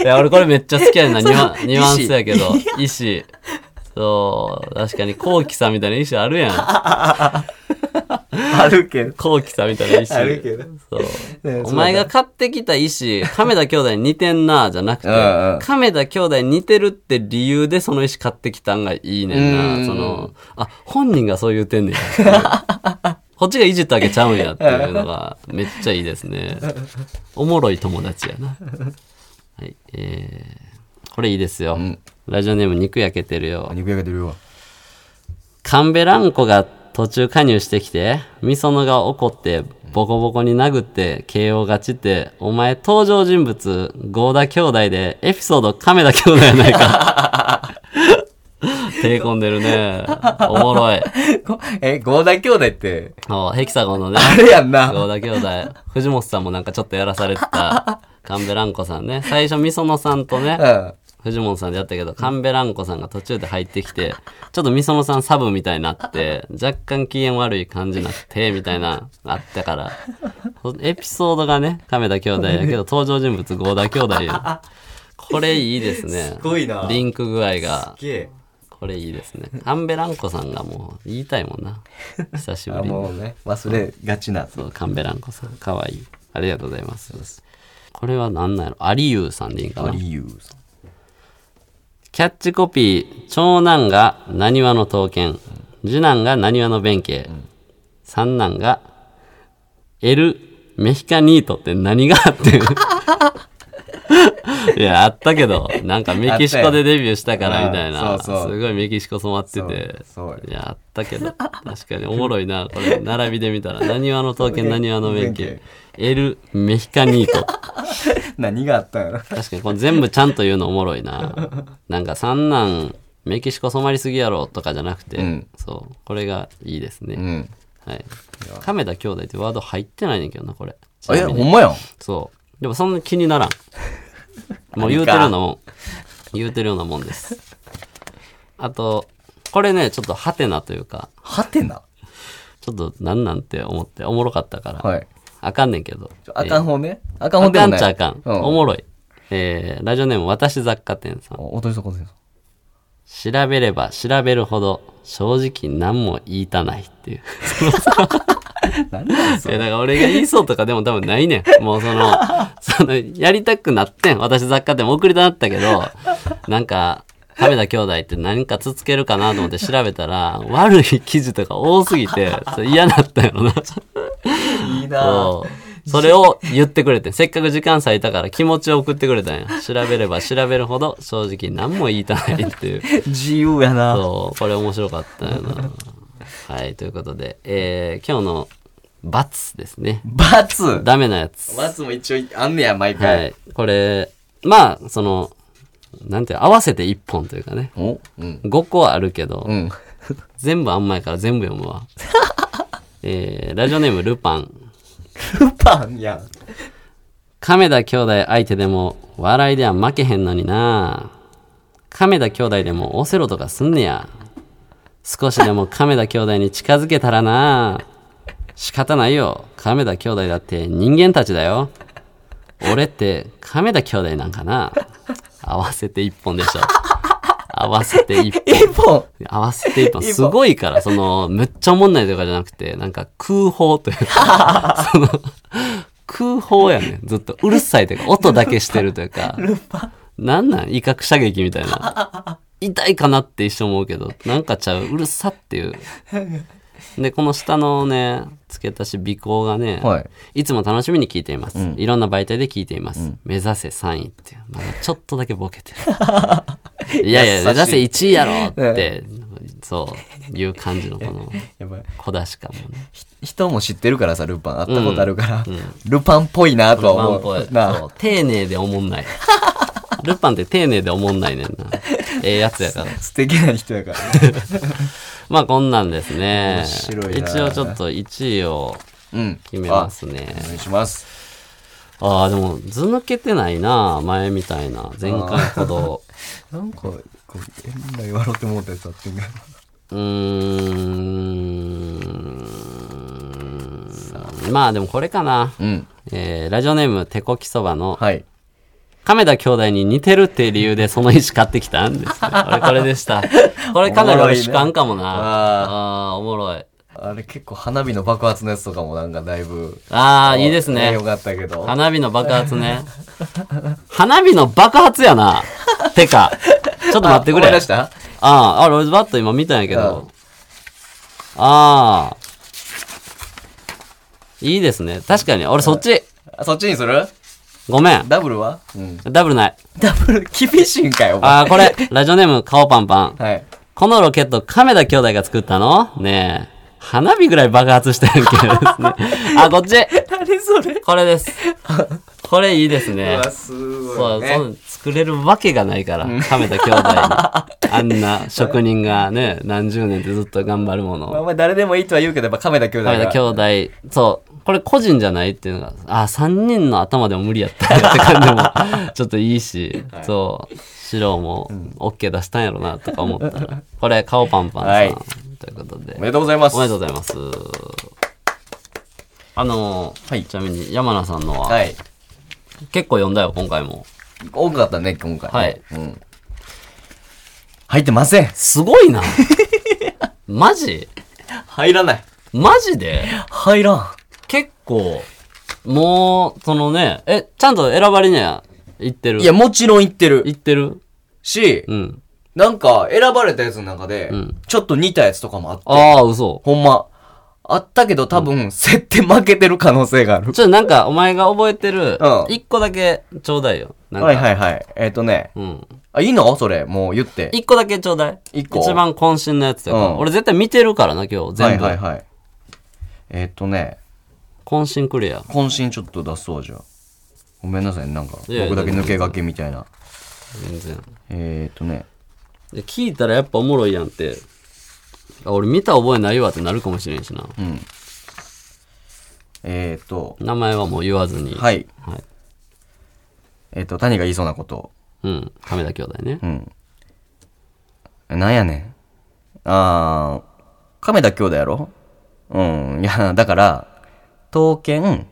Speaker 2: いや、俺これめっちゃ好きやねんな。ニュアンニュアンスやけ [laughs] ど。石。そう。確かに、こうきさんみたいな石あるやん。
Speaker 3: あるけど。
Speaker 2: こうきさんみたいな石。
Speaker 3: あるけど
Speaker 2: そう。
Speaker 3: ね
Speaker 2: お前が買ってきた石、亀田兄弟に似てんな、じゃなくて
Speaker 3: うんうん、
Speaker 2: 亀田兄弟に似てるって理由でその石買ってきたんがいいねん
Speaker 3: うん
Speaker 2: な。その、あ、本人がそう言うてんねん。こっちがいじったわけちゃうんやっていうのが、めっちゃいいですね。おもろい友達やな。
Speaker 3: [laughs]
Speaker 2: はい、えー、これいいですよ。ラジオネーム肉焼けてるよ
Speaker 3: あ。肉焼けてるわ。
Speaker 2: カンベランコが途中加入してきて、ミソノが怒って、ボコボコに殴って、KO 勝ちって、お前登場人物、ゴーダ兄弟で、エピソード亀田兄弟やないか。 [laughs] 手込んでるね。おもろい。
Speaker 3: こえ、合田兄弟って、
Speaker 2: おヘキサゴンのね。
Speaker 3: あれやんな。
Speaker 2: 合田兄弟。藤本さんもなんかちょっとやらされてた。神戸蘭子さんね。最初、みそのさんとね
Speaker 3: う、ん。
Speaker 2: 藤本さんでやったけど、神戸蘭子さんが途中で入ってきて、ちょっとみそのさんサブみたいになって、若干機嫌悪い感じになって、みたいな、あったから。エピソードがね、亀田兄弟やけど、登場人物合田兄弟や。これいいですね。
Speaker 3: すごいな
Speaker 2: リンク具合が。
Speaker 3: すげえ。
Speaker 2: これいいですね。カンベランコさんがもう言いたいもんな。久しぶ
Speaker 3: あ
Speaker 2: り
Speaker 3: もう
Speaker 2: に。
Speaker 3: ね、忘れがちな。
Speaker 2: そう、カンベランコさん。かわいい。ありがとうございます。これは何なんやろアリユーさんでいいんかな
Speaker 3: 理由。
Speaker 2: キャッチコピー、長男が何話の刀剣、次男が何話の弁慶、三男がエル・メヒカニートって何があってい
Speaker 3: [laughs]
Speaker 2: う。いや、あったけど、なんかメキシコでデビューしたからみたい
Speaker 3: あ
Speaker 2: な、
Speaker 3: ったよ
Speaker 2: す
Speaker 3: そうそう
Speaker 2: ごいメキシコ染まってて
Speaker 3: そうそう、よ
Speaker 2: いや、あったけど、確かにおもろいな、これ、並びで見た
Speaker 3: [laughs]
Speaker 2: ら、何話の刀剣、何話の弁慶、エル・メヒカニート。
Speaker 3: 何があったんやろ。
Speaker 2: 確かにこれ全部ちゃんと言うのおもろいななんか三男メキシコ染まりすぎやろとかじゃなくて、
Speaker 3: うん
Speaker 2: そうこれがいいですね、
Speaker 3: うん。
Speaker 2: はい亀田兄弟ってワード入ってないねんけどなこれち
Speaker 3: え、
Speaker 2: なみ
Speaker 3: ほ
Speaker 2: に
Speaker 3: んまやん。
Speaker 2: そうでもそんな気にならんもう言うてるようなもん言うてるようなもんですあとこれねちょっとハテナというか
Speaker 3: はてな。
Speaker 2: ちょっとなんなんて思っておもろかったから、
Speaker 3: はい。
Speaker 2: あかんねんけど
Speaker 3: ちょあかん
Speaker 2: えー
Speaker 3: 方ね。あかん方でもな
Speaker 2: あ
Speaker 3: い。
Speaker 2: かんっちゃあかん、
Speaker 3: うん
Speaker 2: おもろいえーラジオネーム私雑貨店さん
Speaker 3: お落としそこです。
Speaker 2: 調べれば調べるほど正直何も言いたないって
Speaker 3: [laughs]
Speaker 2: いう。 [laughs] いやだから俺が言いそうとかでも多分ないねん。
Speaker 3: [laughs]
Speaker 2: もうその、その、やりたくなってん。私雑貨店も送りたなったけど、なんか、亀田兄弟って何かつつけるかなと思って調べたら、悪い記事とか多すぎ
Speaker 3: [laughs]
Speaker 2: て、それ嫌だったよな。
Speaker 3: いい
Speaker 2: [laughs]
Speaker 3: な
Speaker 2: そうそれを言ってくれて、せっかく時間割いたから気持ちを送ってくれたんや。調べれば調べるほど正直何も言いたないっていう。
Speaker 3: [laughs] 自由やな
Speaker 2: そう、これ面白かったよな。はい、ということで、えー今日の罰ですね。
Speaker 3: 罰
Speaker 2: ダメなやつ。
Speaker 3: 罰も一応あんねや、毎
Speaker 2: は
Speaker 3: 回。
Speaker 2: い。これ、まあ、その、なんていう、合わせて1本というかね。
Speaker 3: おうん。
Speaker 2: 5個あるけど、
Speaker 3: うん。
Speaker 2: 全部あんまやから全部読
Speaker 3: [laughs]
Speaker 2: むわ。えーラジオネームルパン。
Speaker 3: ルパンやん。
Speaker 2: 亀田兄弟相手でも、笑いでは負けへんのにな亀田兄弟でもオセロとかすんねや。少しでも亀田兄弟に近づけたらな仕方ないよ。亀田兄弟だって人間たちだよ。俺って亀田兄弟なんかな合わせて一本でしょ。合わせて一本。
Speaker 3: 一本
Speaker 2: 合わせていくのすごいから、その、めっちゃおもんないとかじゃなくて、なんか空砲というか、その、空砲やねん。ずっとうるさいというか、音だけしてるというか、なんなん威嚇射撃みたいな。痛いかなって一生思うけど、なんかちゃう、うるさっていう。で、この下のね、付け足し尾行がね、、
Speaker 3: はい
Speaker 2: つも楽しみに聞いています。いろんな媒体で聞いています。目指せ3位っていう。まだちょっとだけボケてる。いやいや、
Speaker 3: 優しい
Speaker 2: 目指せ1位やろって、そう、いう感じのこの、
Speaker 3: やばい。
Speaker 2: 小出し感も
Speaker 3: [laughs]
Speaker 2: ね。
Speaker 3: 人も知ってるからさ、ルパン。会ったことあるから。ルパンっぽいなとは
Speaker 2: パンっ
Speaker 3: 思。
Speaker 2: ぽいう
Speaker 3: な
Speaker 2: そ
Speaker 3: あ
Speaker 2: う丁寧でおもんない。 [laughs] ルパンって丁寧でおもんないねんな。ええやつやから。
Speaker 3: 素敵な人
Speaker 2: [laughs]
Speaker 3: やから。
Speaker 2: まあこんなんですね。
Speaker 3: 面白いな
Speaker 2: 一応ちょっと1位を
Speaker 3: うん。
Speaker 2: 決めますね
Speaker 3: あ。お願いします。
Speaker 2: ああー、でも図抜けてないな。前みたいな。前回ほ
Speaker 3: [laughs]
Speaker 2: ど。
Speaker 3: なんか、こう、変な言わろって思ったやつあってんけど。
Speaker 2: うーん。まあでもこれかな。
Speaker 3: うん。
Speaker 2: えーラジオネーム手こきそばの
Speaker 3: はい。
Speaker 2: 亀田兄弟に似てるっていう理由でその石買ってきたんですね。俺これで
Speaker 3: [laughs]
Speaker 2: した。これかなり俺主観かもな。ああー、おもろい。
Speaker 3: あれ結構花火の爆発のやつとかもなんかだいぶ。
Speaker 2: ああ、いいですね
Speaker 3: よ。かったけど。
Speaker 2: 花火の爆発ね。花火の爆発やな。てか、ちょっと待ってくれ。
Speaker 3: あ思い出した
Speaker 2: ああ、あ、ロイズバット今見たんやけど。ああ。いいですね。確かに。俺そっち。
Speaker 3: あそっちにする
Speaker 2: ごめん。
Speaker 3: ダブルはうん。
Speaker 2: ダブルない。
Speaker 3: ダブル、厳しいんかよ、お前
Speaker 2: ああ、これ。ラジオネーム、顔パンパン。
Speaker 3: はい。
Speaker 2: このロケット、亀田兄弟が作ったのねえ。花火ぐらい爆発してるけどですね。あ、こっち。
Speaker 3: 何それ
Speaker 2: これです。これいいですね。
Speaker 3: す
Speaker 2: そう、そう作れるわけがないから、亀田兄弟に。あんな職人がね、何十年ってずっと頑張るもの
Speaker 3: まあ、
Speaker 2: を。
Speaker 3: お前誰でもいいとは言うけど、やっぱ亀田兄弟が。
Speaker 2: 亀田兄弟、そう、これ個人じゃないっていうのが、あ、3人の頭でも無理やった [laughs] って感じも、ちょっといいし、そう、シローも OK 出したんやろなとか思った [laughs] ら、これ、顔パンパンさん。
Speaker 3: はい
Speaker 2: ということで。
Speaker 3: おめでとうございます。
Speaker 2: おめでとうございます。あの、
Speaker 3: はい
Speaker 2: ちなみに山名さんのは、
Speaker 3: はい。
Speaker 2: 結構読んだよ、今回も。
Speaker 3: 多かったね、今回。
Speaker 2: はい。
Speaker 3: うん。入ってません。
Speaker 2: すご [laughs] いな。マジ
Speaker 3: 入らない。
Speaker 2: マジで
Speaker 3: 入らん。
Speaker 2: 結構、もう、そのね、え、ちゃんと選ばれには行ってる
Speaker 3: いや、もちろん行ってる。
Speaker 2: 行ってる
Speaker 3: し、
Speaker 2: うん。
Speaker 3: なんか、選ばれたやつの中で、
Speaker 2: ん
Speaker 3: ちょっと似たやつとかもあって、
Speaker 2: ああ、嘘。
Speaker 3: ほんま、あったけど多分、設定負けてる可能性がある。
Speaker 2: ちょっとなんか、お前が覚えてる
Speaker 3: うん、
Speaker 2: 一個だけちょうだいよ。なんか
Speaker 3: はいはいはい。えっ、とね、
Speaker 2: うん。
Speaker 3: あ、いいのそれ、もう言って。
Speaker 2: 一個だけちょうだい。
Speaker 3: 一個
Speaker 2: 一番渾身のやつだから、
Speaker 3: うん
Speaker 2: 俺絶対見てるからな、今日。
Speaker 3: はい
Speaker 2: 全部。
Speaker 3: はいはい。えっ、とね、
Speaker 2: 渾身くれや。
Speaker 3: 渾身ちょっと出そうじゃん。ごめんなさい、なんか、
Speaker 2: いやいや
Speaker 3: 僕だけ抜け駆けみたいな。
Speaker 2: 全然。
Speaker 3: えっ、とね、
Speaker 2: で聞いたらやっぱおもろいやんって。あ、俺見た覚えないわってなるかもしれんしな。
Speaker 3: えっ、と、
Speaker 2: 名前はもう言わずに。
Speaker 3: はい。
Speaker 2: はい。
Speaker 3: えっ、と、谷が言いそうなこと。
Speaker 2: うん。亀田兄弟ね。
Speaker 3: うん。なんやねん。あー、亀田兄弟やろうん。いや、だから、刀剣、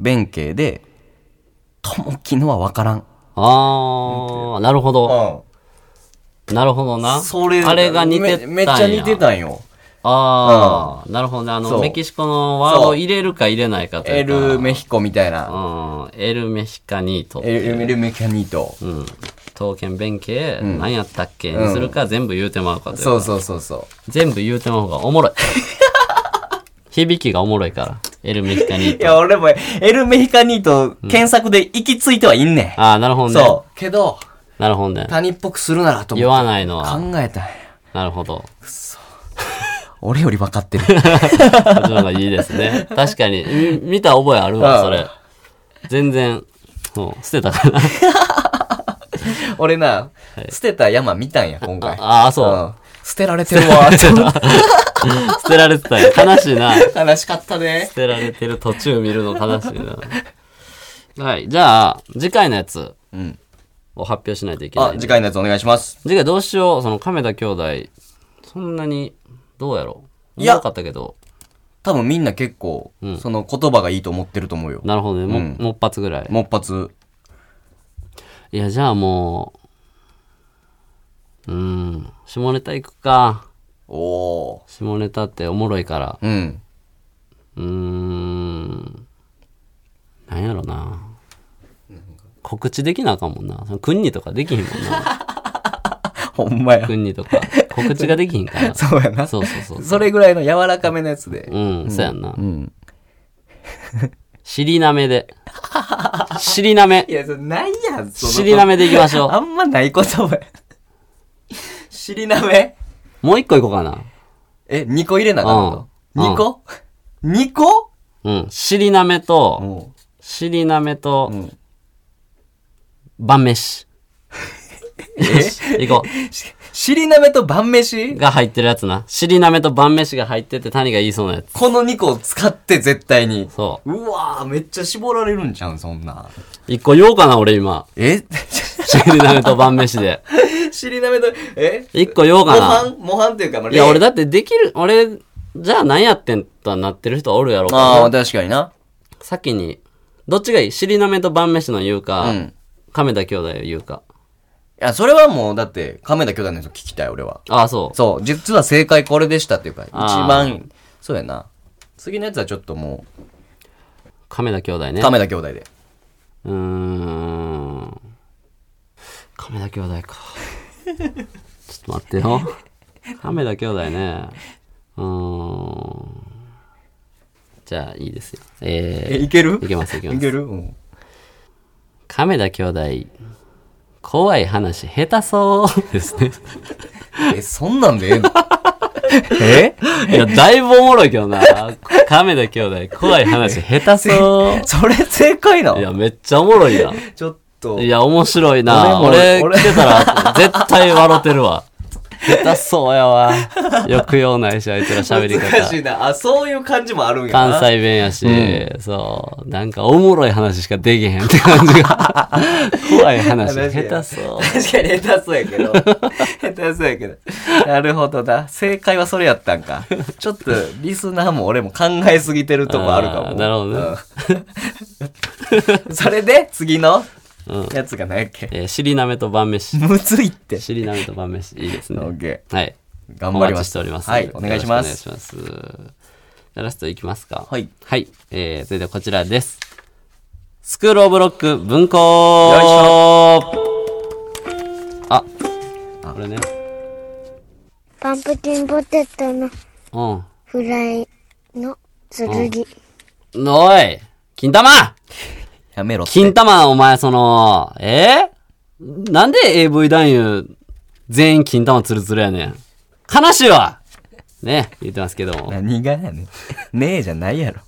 Speaker 3: 弁慶で、友樹のは分からん。
Speaker 2: あー、なるほど。なるほどな。あれが似てたんや。
Speaker 3: めっちゃ似てたんよ。
Speaker 2: あー、なるほどね。あ
Speaker 3: そ
Speaker 2: の、
Speaker 3: う
Speaker 2: メキシコのワードを入れるか入れないかとい
Speaker 3: エ
Speaker 2: うか。
Speaker 3: ル・メヒコみたいな。
Speaker 2: うん。エルメヒカニート。
Speaker 3: エル・エルメキャニート。
Speaker 2: うん。刀剣弁慶、何やったっけにするか、全部言うてまうかというか。
Speaker 3: そうそうそうそう。
Speaker 2: 全部言うてまう方がお
Speaker 3: [laughs]
Speaker 2: もろい。響きがおもろいから。エルメヒカニー
Speaker 3: い
Speaker 2: ト。
Speaker 3: や、俺もエル・メヒカニート検索で行き着いてはいんねん。
Speaker 2: ああ、なるほどね。
Speaker 3: そう。けど、
Speaker 2: なるほどね。
Speaker 3: 谷っぽくするならと思
Speaker 2: 言
Speaker 3: っ
Speaker 2: わないの
Speaker 3: て
Speaker 2: は。
Speaker 3: 考えたんや。
Speaker 2: なるほど。
Speaker 3: 俺より分かって [laughs] る。
Speaker 2: こっちの方がいいです
Speaker 3: [laughs]
Speaker 2: ね。確かに。み見た覚えあるわ、それ。全然、そう、捨てたかな。
Speaker 3: 俺な、捨てた山見たんや、今回。
Speaker 2: ああ、そう。
Speaker 3: ん。捨てられてるわ、って。 [laughs]
Speaker 2: 捨てられてたよ。悲しいな。捨
Speaker 3: 悲しかったね。
Speaker 2: てられてる途中見るの悲しいな。はい。じゃあ、次回のやつ
Speaker 3: ん
Speaker 2: を発表しないといけない、
Speaker 3: あ、次回のやつお願いします。
Speaker 2: 次回どうしよう。その亀田兄弟、そんなに、どうやろう。
Speaker 3: いや
Speaker 2: 良かったけど。
Speaker 3: 多分みんな結構、その言葉がいいと思ってると思うよ。
Speaker 2: なるほどね。も、
Speaker 3: うん
Speaker 2: もっぱつぐらい。
Speaker 3: もっぱつ。
Speaker 2: いや、じゃあもう、うーん、下ネタ行くか。
Speaker 3: おー。
Speaker 2: 下ネタっておもろいから。
Speaker 3: うん。
Speaker 2: うーん、なんやろな。告知できなあかんもんな。その国にとかできひんもんな。
Speaker 3: ほんまや。
Speaker 2: 国にと [laughs] か。告知ができひんから。そ
Speaker 3: そうやな。
Speaker 2: うそうそう。
Speaker 3: それぐらいの柔らかめのやつで。
Speaker 2: うん、そうやんな。 [laughs] 尻なめ [laughs] で。尻なめ
Speaker 3: い。や、それないやん、その
Speaker 2: 尻なめでいきましょ
Speaker 3: あんまない言葉や。 [laughs] 尻なめ
Speaker 2: [laughs] う。もう一個いこうかな。
Speaker 3: え、2個入れなあかんの
Speaker 2: うん
Speaker 3: 2個 ?2 個
Speaker 2: うん。尻なめと、
Speaker 3: も
Speaker 2: 尻なめと、
Speaker 3: ん
Speaker 2: 晩 [laughs] 飯。よし行こ
Speaker 3: う、尻なめと晩飯
Speaker 2: う。が入ってるやつな。尻なめと晩飯が入ってて谷が言いそうなやつ。
Speaker 3: この2個を使って絶対に。
Speaker 2: そう。
Speaker 3: うわぁ、めっちゃ絞られるんちゃうん、そんな。
Speaker 2: 一個言おうかな、俺今。
Speaker 3: え
Speaker 2: 尻なめと晩飯で。
Speaker 3: [laughs] 尻なめと、え
Speaker 2: 一個言おう
Speaker 3: 模
Speaker 2: かな。
Speaker 3: 範模範っていうか、まあ
Speaker 2: いや、
Speaker 3: 例
Speaker 2: 俺だってできる、俺、じゃあ何やってんとはなってる人おるやろう
Speaker 3: あ
Speaker 2: か
Speaker 3: あ、確かにな。
Speaker 2: ら。先に、どっちがいい尻なめと晩飯の言うか、
Speaker 3: ん
Speaker 2: 亀田兄弟を言うか。
Speaker 3: いや、それはもう、だって、亀田兄弟の人聞きたい、俺は。
Speaker 2: ああ、そう。
Speaker 3: そう、実は正解これでしたっていうか、一
Speaker 2: あー
Speaker 3: 番、そうやな。次のやつはちょっとも
Speaker 2: 亀田兄弟
Speaker 3: う、
Speaker 2: ね。
Speaker 3: 亀田兄弟で。
Speaker 2: うーん。亀田兄弟か。 [laughs] ちょっと待ってよ。亀田兄弟ね。うーん。じゃあ、いいですよ。
Speaker 3: え、
Speaker 2: え
Speaker 3: いける
Speaker 2: ー、いけます、いけま
Speaker 3: いけ
Speaker 2: す。
Speaker 3: るうん。
Speaker 2: 亀田兄弟、怖い話下手そうですね。 [laughs]
Speaker 3: え、そんなんでええのえ
Speaker 2: いや、だいぶおもろいけどな。亀田兄弟、怖い話、下手そう。
Speaker 3: それ正解ない
Speaker 2: や、
Speaker 3: の
Speaker 2: めっちゃおもろいな。
Speaker 3: ちょっと。
Speaker 2: いや、面白いな。俺
Speaker 3: 俺も俺
Speaker 2: 来てたら、絶対笑ってるわ。下手そうやわ。抑揚ないし、あいつら喋り
Speaker 3: 難
Speaker 2: 方
Speaker 3: し。いな。あ、そういう感じもあるんやな。
Speaker 2: 関西弁やし、そう。なんか、おもろい話しかできへんって感じが。怖い話、下手そう。
Speaker 3: 確かに下手そうやけど。下手そうやけど。なるほどな。正解はそれやったんか。ちょっと、リスナーも俺も考えすぎてるとこあるか
Speaker 2: あ
Speaker 3: も。
Speaker 2: ーなるほどね
Speaker 3: うん。 [laughs] それで、次のやつが何やっけ、
Speaker 2: えー、尻なめと晩飯。
Speaker 3: むずいって。
Speaker 2: 尻なめと晩飯、いいですね。
Speaker 3: オッケ
Speaker 2: はい。
Speaker 3: 頑張りま
Speaker 2: お待
Speaker 3: す
Speaker 2: ちしております。
Speaker 3: はいお願いします
Speaker 2: よろしくお願いします。じゃあラストいきますか。
Speaker 3: はい。
Speaker 2: はい。えー、それではこちらです。スクールオブロック文庫
Speaker 3: よいし
Speaker 2: あ、これね。
Speaker 4: パンプキンポテトの
Speaker 2: うん。
Speaker 4: フライの剣。
Speaker 2: おい金玉
Speaker 3: やめろって。
Speaker 2: 金玉、お前、その、えー、なんで AV 男優、全員金玉ツルツルやねん。悲しいわね、言ってますけども。
Speaker 3: 何がやねん。ねえじゃないやろ。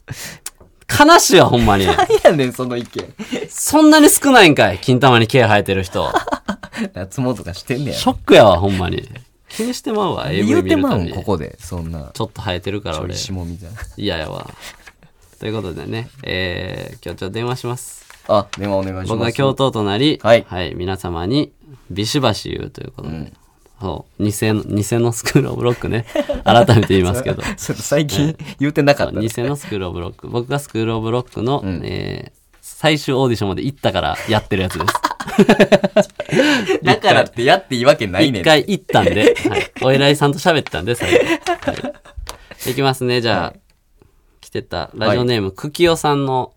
Speaker 2: 悲しいわ、ほんまに。
Speaker 3: 何やねん、その意見。
Speaker 2: そんなに少ないんかい金玉に毛生えてる人。
Speaker 3: 脱毛とかしてんねや
Speaker 2: ショ
Speaker 3: ろ。
Speaker 2: ックやわ、ほんまに。気にしてまうわ、
Speaker 3: 言
Speaker 2: AV
Speaker 3: う
Speaker 2: 見
Speaker 3: て
Speaker 2: る
Speaker 3: ま
Speaker 2: た
Speaker 3: う
Speaker 2: び
Speaker 3: ん、ここで。そんな。
Speaker 2: ちょっと生えてるから、
Speaker 3: お
Speaker 2: 俺
Speaker 3: い。しもみたいな。
Speaker 2: 嫌やわ。ということでね、えー、今日ちょっと電話します。
Speaker 3: あ、電話お願いします。
Speaker 2: 僕が教頭となり、
Speaker 3: はい
Speaker 2: 皆様に、ビシバシ言うということで。そう、偽の、偽のスクールオブロックね。改めて言いますけど。
Speaker 3: [laughs] ちょっと最近言うてなかったね。
Speaker 2: 偽のスクールオブロック。僕がスクールオブロックの、えー最終オーディションまで行ったからやってるやつ
Speaker 3: [laughs]
Speaker 2: です。
Speaker 3: だからってやっていいわけないねん。
Speaker 2: 一回行ったんで、
Speaker 3: [laughs]
Speaker 2: はい、お偉いさんと喋ったんで、最後。はい、いきますね、じゃあ、来てた、ラジオネーム、くきおさんの、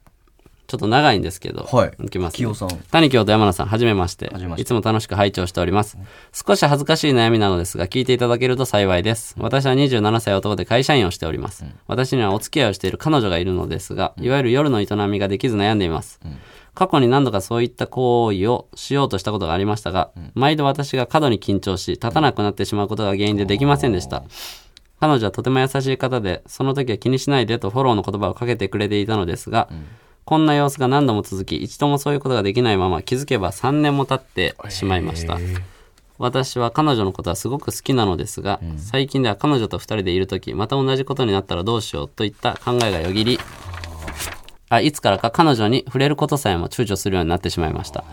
Speaker 2: ちょっと長いんですけど、
Speaker 3: はい
Speaker 2: いきます、ね。
Speaker 3: くきおさん
Speaker 2: 谷京と山名さん、はじめまして。
Speaker 3: じめまして
Speaker 2: いつも楽しく拝聴しております。少し恥ずかしい悩みなのですが、聞いていただけると幸いです。私は27歳男で会社員をしております。私にはお付き合いをしている彼女がいるのですが、いわゆる夜の営みができず悩んでいます。過去に何度かそういった行為をしようとしたことがありましたが、毎度私が過度に緊張し、立たなくなってしまうことが原因でできませんでした。彼女はとても優しい方で、その時は気にしないでとフォローの言葉をかけてくれていたのですが、こんな様子が何度も続き、一度もそういうことができないまま気づけば3年も経ってしまいました。私は彼女のことはすごく好きなのですが、最近では彼女と2人でいる時また同じことになったらどうしようといった考えがよぎりあいつからか彼女に触れることさえも躊躇するようになってしまいました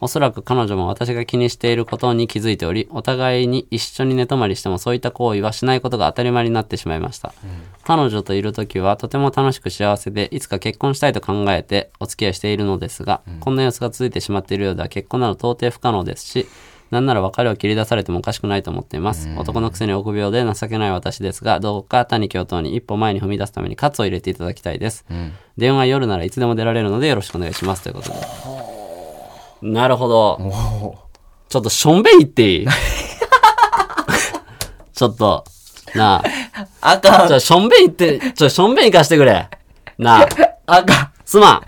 Speaker 2: おそらく彼女も私が気にしていることに気づいておりお互いに一緒に寝泊まりしてもそういった行為はしないことが当たり前になってしまいました、彼女といる時はとても楽しく幸せでいつか結婚したいと考えてお付き合いしているのですが、こんな様子が続いてしまっているようでは結婚など到底不可能ですしなんなら別れを切り出されてもおかしくないと思っています。男のくせに臆病で情けない私ですが、どうか谷教頭に一歩前に踏み出すために喝を入れていただきたいです。電話夜ならいつでも出られるのでよろしくお願いします。ということで。なるほど。ちょっとしょんべんいって
Speaker 3: [laughs]
Speaker 2: いいちょっと、な
Speaker 3: あ
Speaker 2: あ。
Speaker 3: か
Speaker 2: ち
Speaker 3: ん。
Speaker 2: ょ、しょんべんいって、ちょ、しょんべん行かしてくれ。なあ。
Speaker 3: あか
Speaker 2: すまん。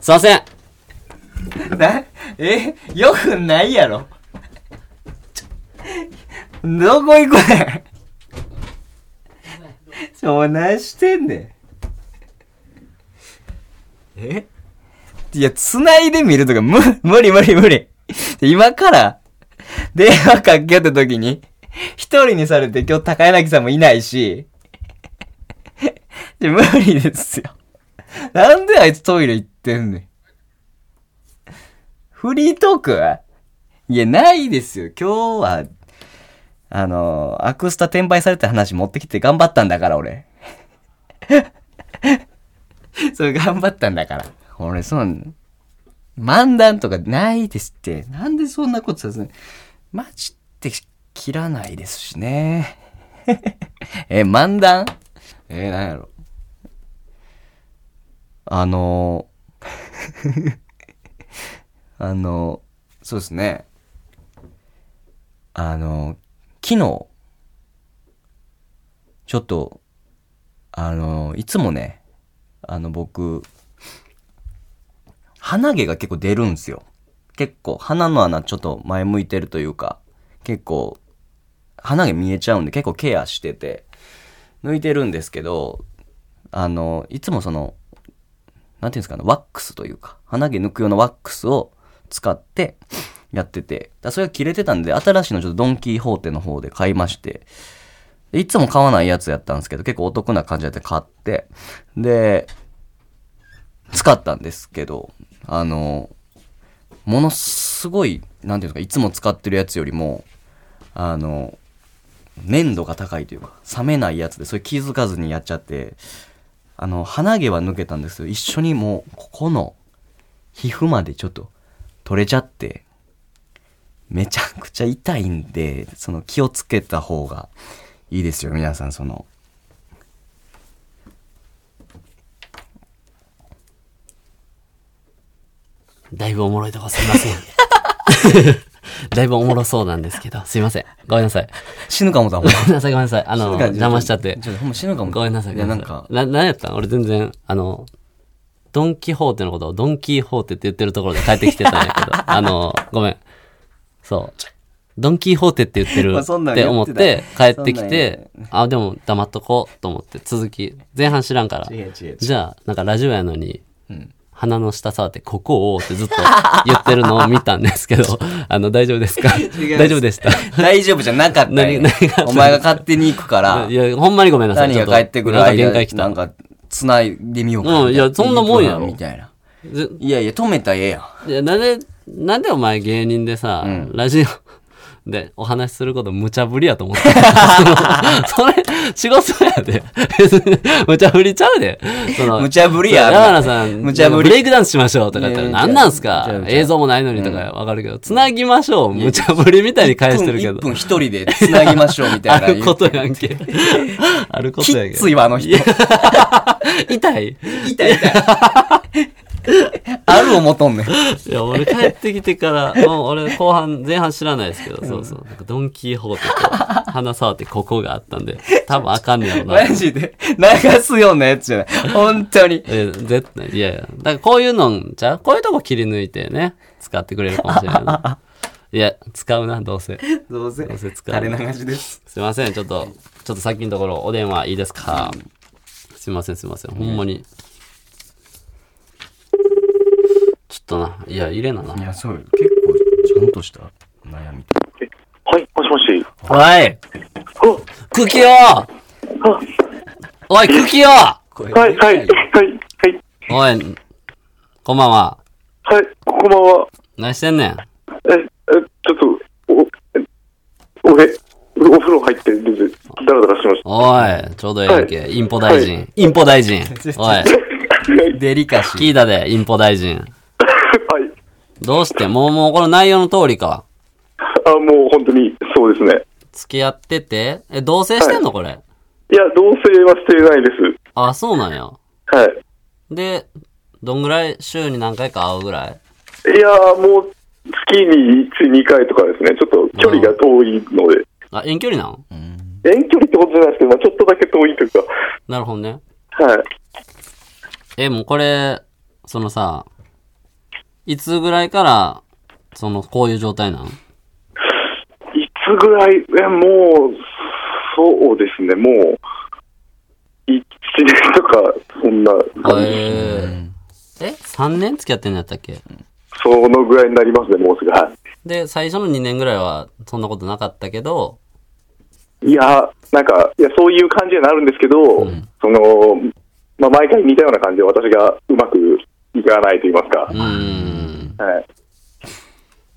Speaker 2: すいません。
Speaker 3: ん。な、え、 [laughs] よくないやろ。ちょどこ行くねん。ちょ、お前何してんねん。えいや、繋いでみるとか、む、無理無理無理。今から、電話かけよった時に、一人にされて今日高柳さんもいないし、いや無理ですよ。なんであいつトイレ行ってんねん。フリートークいや、ないですよ。今日は、あの、アクスタ転売された話持ってきて頑張ったんだから、俺。 [laughs] それ頑張ったんだから。俺、そん、漫談とかないですって。なんでそんなことさせないマジって切らないですしね。 [laughs] え、漫談えー、なんやろ。あのあの、そうですね。あの、昨日、ちょっと、あの、いつもね、あの、僕、鼻毛が結構出るんですよ。結構、鼻の穴ちょっと前向いてるというか、結構、鼻毛見えちゃうんで結構ケアしてて、抜いてるんですけど、あの、いつもその、なんていうんですかね、ワックスというか、鼻毛抜く用のワックスを使ってやってて、だからそれが切れてたんで、新しいのちょっとドンキーホーテの方で買いまして、でいつも買わないやつやったんですけど、結構お得な感じで買って、で、使ったんですけど、あの、ものすごい、なんていうんですか、いつも使ってるやつよりも、あの、粘度が高いというか、冷めないやつで、それ気づかずにやっちゃって、あの、鼻毛は抜けたんですけど、一緒にもう、ここの、皮膚までちょっと、取れちゃって、めちゃくちゃ痛いんで、その、気をつけた方がいいですよ、皆さん、その、
Speaker 2: だいぶおもろいとこすいません。 [laughs] だいぶおもろそうなんですけど、すいません。ごめんなさい。
Speaker 3: 死ぬかもだもん。
Speaker 2: ごめんなさい、ごめんなさい。あの、
Speaker 3: 死ぬか
Speaker 2: 邪魔しちゃって
Speaker 3: ち。ょっとほんま死ぬかも。
Speaker 2: ごめんなさい、
Speaker 3: い
Speaker 2: ごめ
Speaker 3: や、
Speaker 2: ん
Speaker 3: な
Speaker 2: なんさい。な、
Speaker 3: か、
Speaker 2: なんやったん俺全然、あの、ドンキホーテのことをドンキーホーテって言ってるところで帰ってきてたんやけ
Speaker 3: [laughs]
Speaker 2: ど、あの、ごめん。そう。ドンキーホーテって言ってる
Speaker 3: まあそんなん
Speaker 2: っ
Speaker 3: 言っててた
Speaker 2: 思って帰ってきて
Speaker 3: そ、
Speaker 2: あ、でも黙っとこうと思って、続き、前半知らんから
Speaker 3: 違う違う違う。
Speaker 2: じゃあ、なんかラジオやのに、鼻の下触って、ここをってずっと言ってるのを見たんです
Speaker 3: [laughs]
Speaker 2: けど、あの、大丈夫ですか
Speaker 3: す
Speaker 2: 大丈夫でした。
Speaker 3: 大丈夫じゃなかったんや
Speaker 2: 何何が
Speaker 3: お前が勝手に行くから
Speaker 2: [laughs] い、や、ほんまにごめんなさい。ち
Speaker 3: 何
Speaker 2: ょ
Speaker 3: が
Speaker 2: っと
Speaker 3: 帰ってくる
Speaker 2: なんか
Speaker 3: 間
Speaker 2: 限界来た。
Speaker 3: なんか、繋いでみようか。
Speaker 2: うんいやそんなもんやろ
Speaker 3: みたいな。
Speaker 2: ず
Speaker 3: いやいや、止めたらええやん。
Speaker 2: いや、なんで、なんでお前芸人でさ、ラジオでお話しすること無茶ぶりやと思ってたそのそれ、仕事やで。別に無茶ぶりちゃうで。その
Speaker 3: 無茶ぶりや
Speaker 2: そう山原さん、
Speaker 3: 無茶ぶり
Speaker 2: ブレイクダンスしましょうとか言ったら、
Speaker 3: ね
Speaker 2: なんなんすか
Speaker 3: 無茶ぶり
Speaker 2: 映像もないのにとかわかるけど、つなぎましょう。無茶ぶりみたいに返してるけ
Speaker 3: 1分
Speaker 2: ど。
Speaker 3: 一人で繋ぎましょうみ
Speaker 2: [laughs]
Speaker 3: た
Speaker 2: あ
Speaker 3: いな。
Speaker 2: ることやんけ。あること
Speaker 3: き
Speaker 2: やん
Speaker 3: っ
Speaker 2: け。
Speaker 3: ついわ、あの人。
Speaker 2: 痛い
Speaker 3: 痛い痛い。あるを求んねん。
Speaker 2: いや、俺帰ってきてから、もう俺後半、前半知らないですけど、そうそう。なんかドンキーホーテと鼻触ってここがあったんで、多分あかんねやろな。
Speaker 3: [laughs] マジで。流すようなやつじゃない。本当に。
Speaker 2: え、絶対、いやいや。だからこういうのんじゃうこういうとこ切り抜いてね、使ってくれるかもしれないな。いや、使うな、どうせ。
Speaker 3: どうせ
Speaker 2: どうせ使
Speaker 3: 垂
Speaker 2: う
Speaker 3: れ流しです。
Speaker 2: すいません、ちょっと、ちょっとさっきのところ、お電話いいですかすいません、すいません、ほんまに。ちょっとな、いや、入れなな。
Speaker 3: や、そうよ。結構、ちゃんとした悩み。
Speaker 5: はい、もしもし。
Speaker 2: おいクキオおい、クキオ
Speaker 5: はい、はい、はい、はい、
Speaker 2: おい、こんばんは。
Speaker 5: はい、こんばんは。
Speaker 2: 何してんねん。
Speaker 5: え、え、ちょっと、お、え俺、お風呂入って、全然、ダラダラしてま [laughs] し
Speaker 2: おい、ちょうどええやんけ。インポ大臣。インポ大 [laughs] 臣。おい、
Speaker 3: デリカシー。
Speaker 2: 聞いたで、インポ大臣。
Speaker 5: た。はい。
Speaker 2: どうしてもう、もうこの内容の通りか。
Speaker 5: あ、もう本当に、そうですね。
Speaker 2: 付き合ってて。え、同棲してんのこれ。
Speaker 5: いや、同棲はしてないです。
Speaker 2: あ、そうなんや。
Speaker 5: はい。
Speaker 2: で、どんぐらい週に何回か会うぐらい
Speaker 5: いや、もう、月に1、2回とかですね、ちょっと距離が遠いので、
Speaker 2: あ、遠距離なん
Speaker 5: 遠距離ってことじゃないですけど、まあ、ちょっとだけ遠いというか、
Speaker 2: なるほどね。
Speaker 5: はい。
Speaker 2: え、もうこれ、そのさ、いつぐらいから、その、こういう状態なん
Speaker 5: いつぐらい、え、もう、そうですね、もう、1年とか、そんな感じ、
Speaker 2: えー、え ?3 年付き合ってんのやったっけ
Speaker 5: そのぐらいになりますね、もうすぐ。は
Speaker 2: で、最初の2年ぐらいは、そんなことなかったけど、
Speaker 5: い。いや、なんか、いや、そういう感じになるんですけど、その、まあ、毎回似たような感じで、私がうまくいかないと言いますか。
Speaker 2: うーん。
Speaker 5: はい。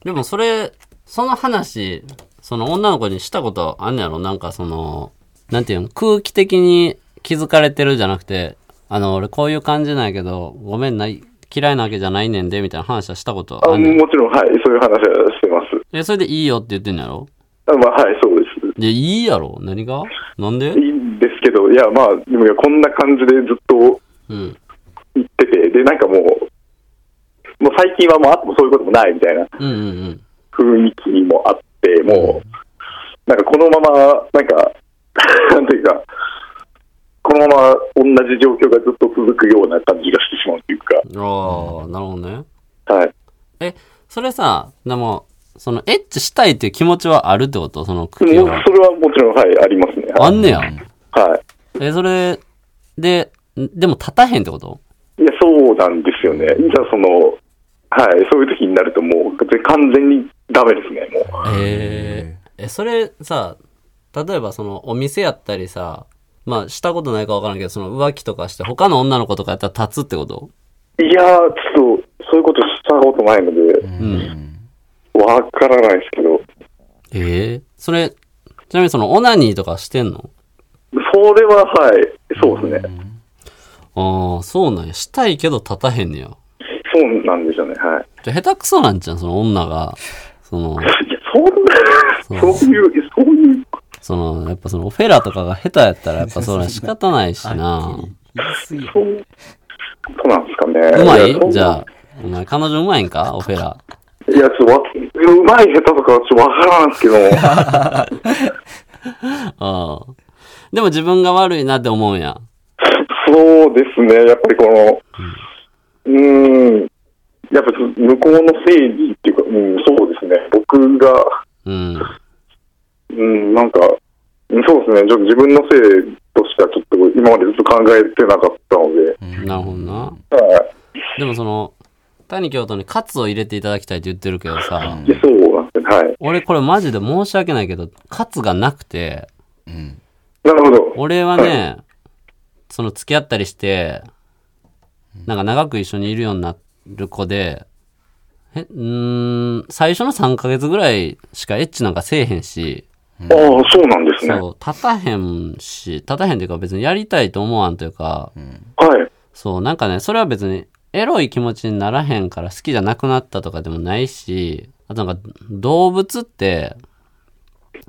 Speaker 2: でもそれ、その話、その女の子にしたことあんねやろなんかその、なんていうの空気的に気づかれてるじゃなくて、あの、俺こういう感じなんやけど、ごめんない、嫌いなわけじゃないねんで、みたいな話はしたこと
Speaker 5: あ
Speaker 2: あんねん。
Speaker 5: もちろん、はい、そういう話はしてます。
Speaker 2: え、それでいいよって言ってんのやろ
Speaker 5: あまあ、はい、そうです。
Speaker 2: いや、いいやろ何がなんで
Speaker 5: いいんですけど、いや、まあ、でもいやこんな感じでずっと
Speaker 2: うん。
Speaker 5: 行ってて、で、なんかもう、もう最近はもうあってもそういうこともないみたいな
Speaker 2: うんうんうん。
Speaker 5: 雰囲気もあって、もう、なんかこのまま、なんか、 [laughs] なんていうか、このまま同じ状況がずっと続くような感じがしてしまうというか、
Speaker 2: ああ、なるほどね。
Speaker 5: はい。
Speaker 2: え、それさ、でも、その、エッチしたいっていう気持ちはあるってことその、
Speaker 5: で
Speaker 2: 茎
Speaker 5: も
Speaker 2: は
Speaker 5: そ。れはもちろん、はい、ありますね。
Speaker 2: あんねや。
Speaker 5: は
Speaker 2: え、それ、で、んでも立たへんってこと
Speaker 5: い。いや、そうなんですよね。いざその、はい、そういう時になるともう、で完全にダメですね、もう。
Speaker 2: えー、え、それさ、例えばその、お店やったりさ、まあ、したことないかわからんけど、その浮気とかして、他の女の子とかやったら立つってこと
Speaker 5: いやー、ちょっと、そういうことしたことないので、
Speaker 2: うん。
Speaker 5: わからないですけど、
Speaker 2: ええそれ、ちなみにその、オナニーとかしてんの
Speaker 5: それは、はい、そうですね。
Speaker 2: ああ、そうなんや。したいけど立たへんねや。
Speaker 5: そうなんですよね、はい。
Speaker 2: じゃあ下手くそなんじゃん、その女が。その、
Speaker 5: いや、そんな、そういう、そういう、
Speaker 2: その、やっぱその、オフェラとかが下手やったら、やっぱそれは仕方ないしな。
Speaker 5: そう、そうなんですかね。
Speaker 2: うまい
Speaker 5: やそう
Speaker 2: じゃあ、お前彼女うまいん
Speaker 5: [laughs]
Speaker 2: かオフェラ。
Speaker 5: いや、ちょっとわ、うまい下手とかはちょっとわからんですけども。
Speaker 2: ああ。でも自分が悪いなって思うんや。
Speaker 5: そうですね、やっぱりこの、うーん、やっぱ向こうの正義っていうか、うん、そうですね、僕が、
Speaker 2: うん。
Speaker 5: うん、なんか、うんそうですね、ちょっと自分のせいとしては、ちょっと今までずっと考えてなかったので、
Speaker 2: なるほどな。
Speaker 5: は
Speaker 2: でもその、谷京都にカツを入れていただきたいって言ってるけどさ、
Speaker 5: い、いやそうなんですね、はい。
Speaker 2: 俺これマジで申し訳ないけど、カツがなくて、
Speaker 5: なるほど、
Speaker 2: 俺はね、その付き合ったりして、なんか長く一緒にいるようになる子で、え、うーん、最初の3ヶ月ぐらいしかエッチなんかせえへんし、
Speaker 5: ああ、そうなんですね、
Speaker 2: そう、立たへんし、立たへんというか別にやりたいと思わんというか、
Speaker 5: はい、
Speaker 2: そう、なんかね、それは別にエロい気持ちにならへんから好きじゃなくなったとかでもないし、あとなんか動物って、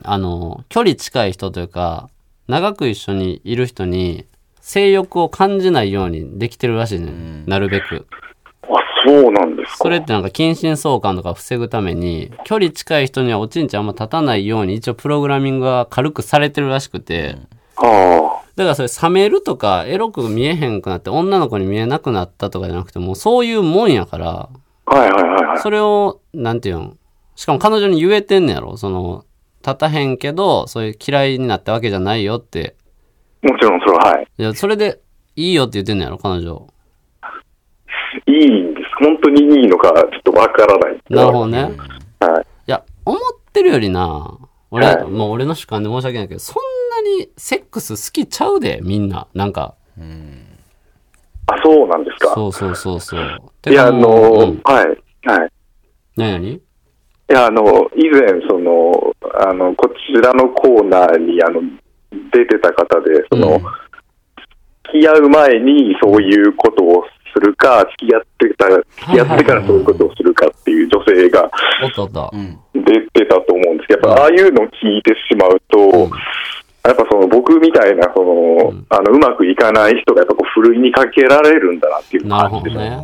Speaker 2: あの、距離近い人というか、長く一緒にいる人に性欲を感じないようにできてるらしいね。なるべく。
Speaker 5: あそうなんですか。
Speaker 2: それってなんか近親相関とか防ぐために、距離近い人にはおちんちんあんま立たないように一応プログラミングが軽くされてるらしくて、
Speaker 5: あ
Speaker 2: だからそれ冷めるとかエロく見えへんくなって女の子に見えなくなったとかじゃなくてもうそういうもんやから
Speaker 5: あ、はいはいはいはい。
Speaker 2: それをなんていうんしかも彼女に言えてんねやろその立たへんけどそういう嫌いになったわけじゃないよって
Speaker 5: もちろんそれは、はい。
Speaker 2: いやそれでいいよって言ってんねやろ彼女
Speaker 5: いいんです。本当にいいのか、ちょっとわからない。
Speaker 2: なるほどね
Speaker 5: はい。
Speaker 2: いや思ってるよりな俺、
Speaker 5: はい
Speaker 2: もう俺の主観で申し訳ないけどそんなにセックス好きちゃうでみんななんか
Speaker 5: あ、そうなんですか。
Speaker 2: そうそうそうそう
Speaker 5: いや、あの
Speaker 2: う
Speaker 5: ー
Speaker 2: ん、
Speaker 5: はい、はい。
Speaker 2: 何何
Speaker 5: いや、あの、以前、その、あの、こちらのコーナーに、あの、出てた方で、その、
Speaker 2: うん
Speaker 5: 付き合う前にそういうことをするか、付き合ってた、付き合ってからそういうことをするかっていう女性が
Speaker 2: おったおった、
Speaker 5: 出てたと思うんですけど、やっぱ、ああいうのを聞いてしまうと、やっぱその僕みたいな、その、あの、うまくいかない人が、やっぱこう、ふるいにかけられるんだなっていう
Speaker 2: なる
Speaker 5: 感
Speaker 2: ほ
Speaker 5: じ
Speaker 2: ど
Speaker 5: です
Speaker 2: ね。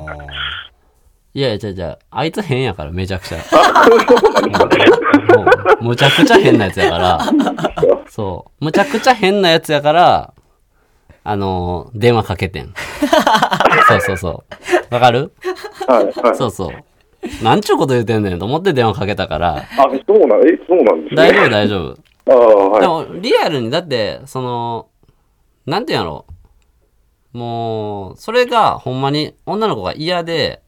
Speaker 2: いやいや、じゃあいつ変やから、めちゃくちゃ。もう、むちゃくちゃ変なやつやから。そう。むちゃくちゃ変なやつやから、あのー電話かけてん。そうそうそう。わかる
Speaker 5: はい、は
Speaker 2: [laughs]
Speaker 5: い。
Speaker 2: そうそう。なんちゅうこと言うてんねんと思って電話かけたから、
Speaker 5: あ、そうなん、え、そうなんですね。
Speaker 2: 大丈夫大丈夫。
Speaker 5: ああ、はい
Speaker 2: で。も、リアルに、だって、その、なんていうんやろもう、それが、ほんまに、女の子が嫌で、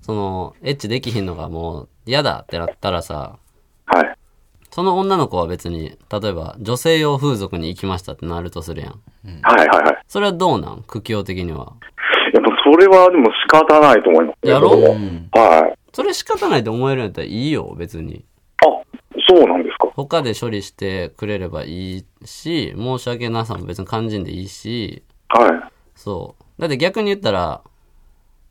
Speaker 2: その、エッチできひんのがもう、嫌だってなったらさ、
Speaker 5: はい。
Speaker 2: その女の子は別に、例えば、女性用風俗に行きましたってなるとするやん。
Speaker 5: はいはいはい。
Speaker 2: それはどうなん苦境的には。
Speaker 5: やっぱそれはでも仕方ないと思います。
Speaker 2: やろ
Speaker 5: はい。
Speaker 2: それ仕方ないと思えるんやったらいいよ、別に。
Speaker 5: あ、そうなんですか。
Speaker 2: 他で処理してくれればいいし、申し訳なさも別に肝心でいいし、
Speaker 5: は
Speaker 2: そう。だって逆に言ったら、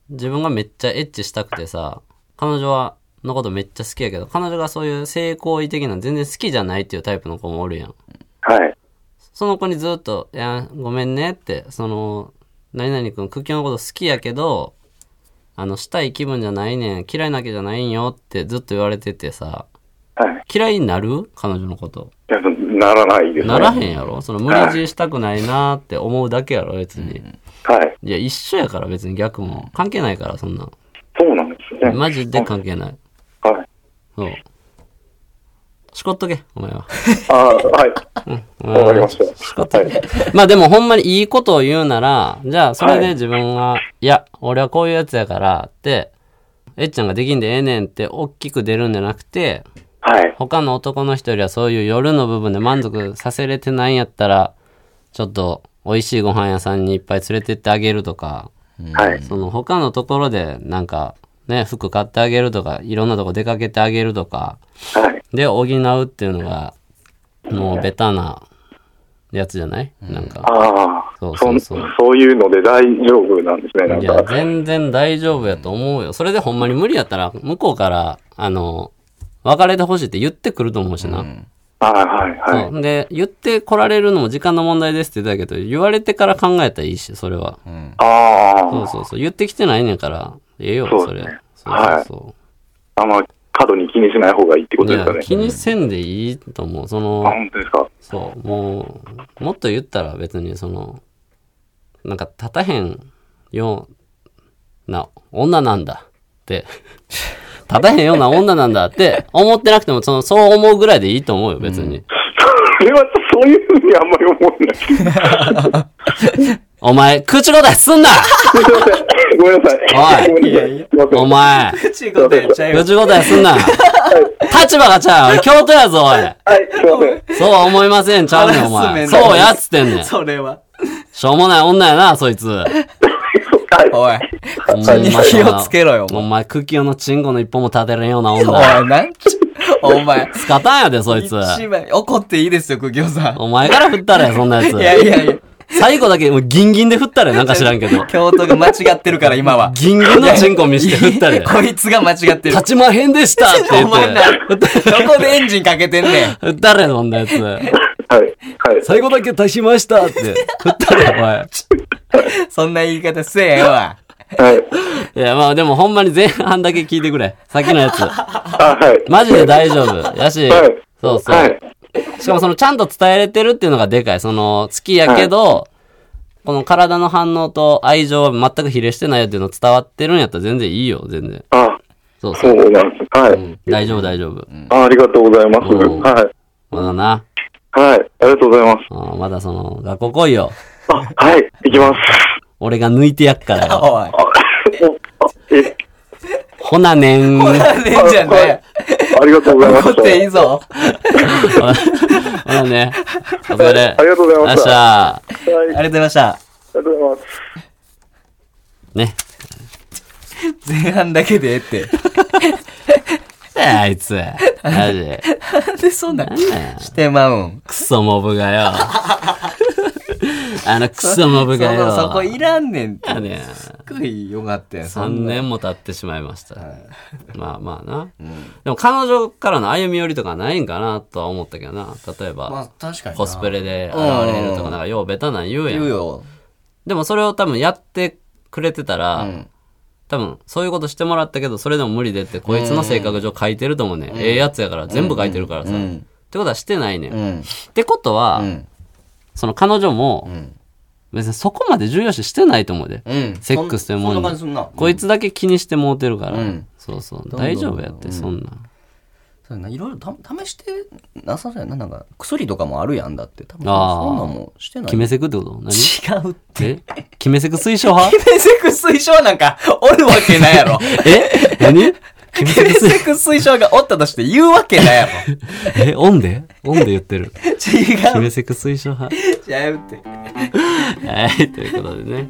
Speaker 2: 自分がめっちゃエッチしたくてさ、彼女は、のことめっちゃ好きやけど、彼女がそういう性行為的なの全然好きじゃないっていうタイプの子もおるやん。
Speaker 5: い。はい。
Speaker 2: その子にずっと、いや、ごめんねって、その、何々くん、クッキーのこと好きやけど、あの、したい気分じゃないねん、嫌いなわけじゃないんよってずっと言われててさ、
Speaker 5: はい。
Speaker 2: 嫌いになる彼女のこと。
Speaker 5: いや、ならないですね。
Speaker 2: ならへんやろその無理強いしたくないなって思うだけやろ、別に。
Speaker 5: はい。
Speaker 2: いや、一緒やから別に逆も。関係ないから、そんなん。
Speaker 5: そうなんですね。
Speaker 2: マジで関係ない。
Speaker 5: はい。
Speaker 2: そう。しこっとけ、お前は。
Speaker 5: ああー、はい。
Speaker 2: お前
Speaker 5: [laughs] わ
Speaker 2: は
Speaker 5: かりました。はい。
Speaker 2: まあでもほんまにいいことを言うなら、じゃあそれで自分が、い、や、俺はこういうやつやからって、えっちゃんができんでええねんって大きく出るんじゃなくて、
Speaker 5: はい。
Speaker 2: 他の男の人よりはそういう夜の部分で満足させれてないんやったら、ちょっと美味しいご飯屋さんにいっぱい連れてってあげるとか、
Speaker 5: はい。
Speaker 2: その他のところでなんかね、服買ってあげるとか、いろんなとこ出かけてあげるとか、
Speaker 5: はい。
Speaker 2: で補うっていうのが、もうベタなやつじゃないなんか。
Speaker 5: ああ、
Speaker 2: そ
Speaker 5: そうう
Speaker 2: そうそ
Speaker 5: そういうので大丈夫なんですね。ないん
Speaker 2: や、
Speaker 5: か、
Speaker 2: 全然大丈夫やと思うよ。それでほんまに無理やったら、向こうから、あの、別れてほしいって言ってくると思うしな。
Speaker 5: ああ、はい、はい。
Speaker 2: そう。で、言って来られるのも時間の問題ですって言ってたけど、言われてから考えたらいいし、それは。そ
Speaker 5: あ
Speaker 2: うそうそう。言ってきてないねんから、ええよ、
Speaker 5: そ
Speaker 2: そうれ
Speaker 5: ですね。
Speaker 2: そうそうそ
Speaker 5: あ、あんま過度に気にしない方がいいってこ
Speaker 2: う。
Speaker 5: とですか
Speaker 2: い
Speaker 5: ね
Speaker 2: や、。気にせんでいいと思う。そ
Speaker 5: あ、
Speaker 2: の、
Speaker 5: 本当ですか。 [laughs]
Speaker 2: そう、もう、もっと言ったら別にその、なんか立たへんような女なんだって、 [laughs] 立たへんような女なんだって思ってなくても、その、そう思うぐらいでいいと思うよ、別に。
Speaker 5: それはそういうふうにあんまり思わない。すい
Speaker 2: お前、口答えすん
Speaker 5: [laughs]
Speaker 2: な
Speaker 5: ません。ごめんなさい。
Speaker 2: おい
Speaker 5: ごめんなさい。すいません。
Speaker 2: お前、
Speaker 3: 口答えちゃうよ。
Speaker 2: 口答えすんな立場がちゃう京都やぞ、おい
Speaker 5: はい、すいません。
Speaker 2: そうは思いません、ちゃうねん、お
Speaker 3: ハラス
Speaker 2: 前。
Speaker 3: メント
Speaker 2: そうやっつってんねん。し
Speaker 3: [laughs] それは。
Speaker 2: ょうもない女やな、そいつ。
Speaker 5: はい。
Speaker 3: おい。
Speaker 2: ほんまに
Speaker 3: 気をつけろよお
Speaker 2: お
Speaker 3: 前
Speaker 2: 前、クキオのチンコの一本も立てれんような
Speaker 3: お
Speaker 2: 女。
Speaker 3: い、なん
Speaker 2: [laughs]
Speaker 3: ちゅお前。
Speaker 2: スカタンやで、そい
Speaker 3: 一
Speaker 2: つ。
Speaker 3: 番、怒っていいですよ、くぎょうさん。
Speaker 2: お前から振った
Speaker 3: [laughs]
Speaker 2: れ、そんなやつ。
Speaker 3: いやいやいや。
Speaker 2: 最後だけ、もうギンギンで振ったれ、なんか知らんけど。
Speaker 3: 京都が間違ってるから、今は。
Speaker 2: ギンギンのチンコ見して振ったれ。
Speaker 3: [laughs] こいつが間違ってる
Speaker 2: 立。ちまへんでしたって言
Speaker 3: お前な
Speaker 2: って。、
Speaker 3: どこでエンジンかけてんねん。
Speaker 2: 振ったれ、そんなやつ。
Speaker 5: はい。はい。
Speaker 2: 最後だけ足しましたって。振ったれ、お前。
Speaker 3: そんな言い方せえよ。
Speaker 5: はい。
Speaker 2: いや、まあでもほんまに前半だけ聞いてくれ。さっきのやつ。
Speaker 5: あ、はい。
Speaker 2: マジで大丈夫。やし
Speaker 5: はい、
Speaker 2: そうそう。
Speaker 5: はい。
Speaker 2: しかもそのちゃんと伝えれてるっていうのがでかい。その好きやけど、この体の反応と愛情は全く比例してないよっていうの伝わってるんやったら全然いいよ、全然。
Speaker 5: あ、
Speaker 2: そうそ。
Speaker 5: そううなんです。は
Speaker 2: うん
Speaker 5: い。
Speaker 2: 大丈夫、大丈夫。
Speaker 5: あありがとうございます。
Speaker 2: うん
Speaker 5: はい。
Speaker 2: まだな。
Speaker 5: はい。ありがとうございます。
Speaker 2: うんまだその、学校来いよ。
Speaker 5: あ、はい。行きます。
Speaker 2: 俺が抜いてやっからよ。
Speaker 3: おい。
Speaker 5: [laughs] あ、おあえ、
Speaker 2: ほなね
Speaker 5: [laughs]
Speaker 2: ん。ほ
Speaker 3: ねんじゃね
Speaker 5: ありがとうございま
Speaker 3: え。
Speaker 5: し
Speaker 3: 怒
Speaker 5: た。
Speaker 3: っていいぞ。
Speaker 2: なね。お疲れ
Speaker 5: あ。りがとうござい
Speaker 2: よ
Speaker 5: ま
Speaker 2: っ
Speaker 5: し。
Speaker 2: した
Speaker 5: はい
Speaker 2: ゃ。
Speaker 3: ありがとうございました。
Speaker 5: ありがとうございま
Speaker 2: ね。
Speaker 5: す。
Speaker 3: 前半だけでええって。
Speaker 2: あいつ。マジ。
Speaker 3: なんでそんなん
Speaker 2: なんなんや
Speaker 3: してまうん。
Speaker 2: クソモブが
Speaker 5: [laughs]
Speaker 2: よ。あのクソモブ
Speaker 3: そ
Speaker 2: がよ。
Speaker 3: のそこいらんねんって。
Speaker 2: やねん
Speaker 3: すっごいよかったよ。そ
Speaker 2: 3
Speaker 3: んな
Speaker 2: 年も経ってしまいました、まあまあな、でも彼女からの歩み寄りとかないんかなとは思ったけどな例えば、
Speaker 3: まあ確かにな。
Speaker 2: コスプレで現れると
Speaker 3: う
Speaker 2: か
Speaker 3: ん
Speaker 2: なんかようベタなん言うや
Speaker 3: 言うんよ。
Speaker 2: でもそれを多分やってくれてたら、多分そういうことしてもらったけどそれでも無理でってこいつの性格上書いてると思うね、ん、ええやつやから全部書いてるからさ、ってことはしてないね、ん、ってことは、その彼女も、別にそこまで重要視してないと思うで、セックスというもの
Speaker 3: そん
Speaker 2: に
Speaker 3: な感じすんな。
Speaker 2: こいつだけ気にしてもうてるから、
Speaker 6: ん
Speaker 2: そうそう大丈夫やって、そんなん
Speaker 6: そうやないろいろた試してなさそうやななんか薬とかもあるやんだって多分
Speaker 2: あー
Speaker 6: そんなんもしてない
Speaker 2: 決めセクってこと何
Speaker 3: 違うって。
Speaker 2: え決めセク推奨
Speaker 3: [laughs]
Speaker 2: 派
Speaker 3: セク推奨なんかおるわけないやろ。
Speaker 2: え何決めセク推
Speaker 3: セク推奨がおったとして言うわけないやろ。
Speaker 2: えオンでオンで言ってる決
Speaker 3: 違
Speaker 2: め
Speaker 3: う。
Speaker 2: セク推奨
Speaker 3: [laughs]
Speaker 2: 派
Speaker 3: 違うって。
Speaker 2: はいということでね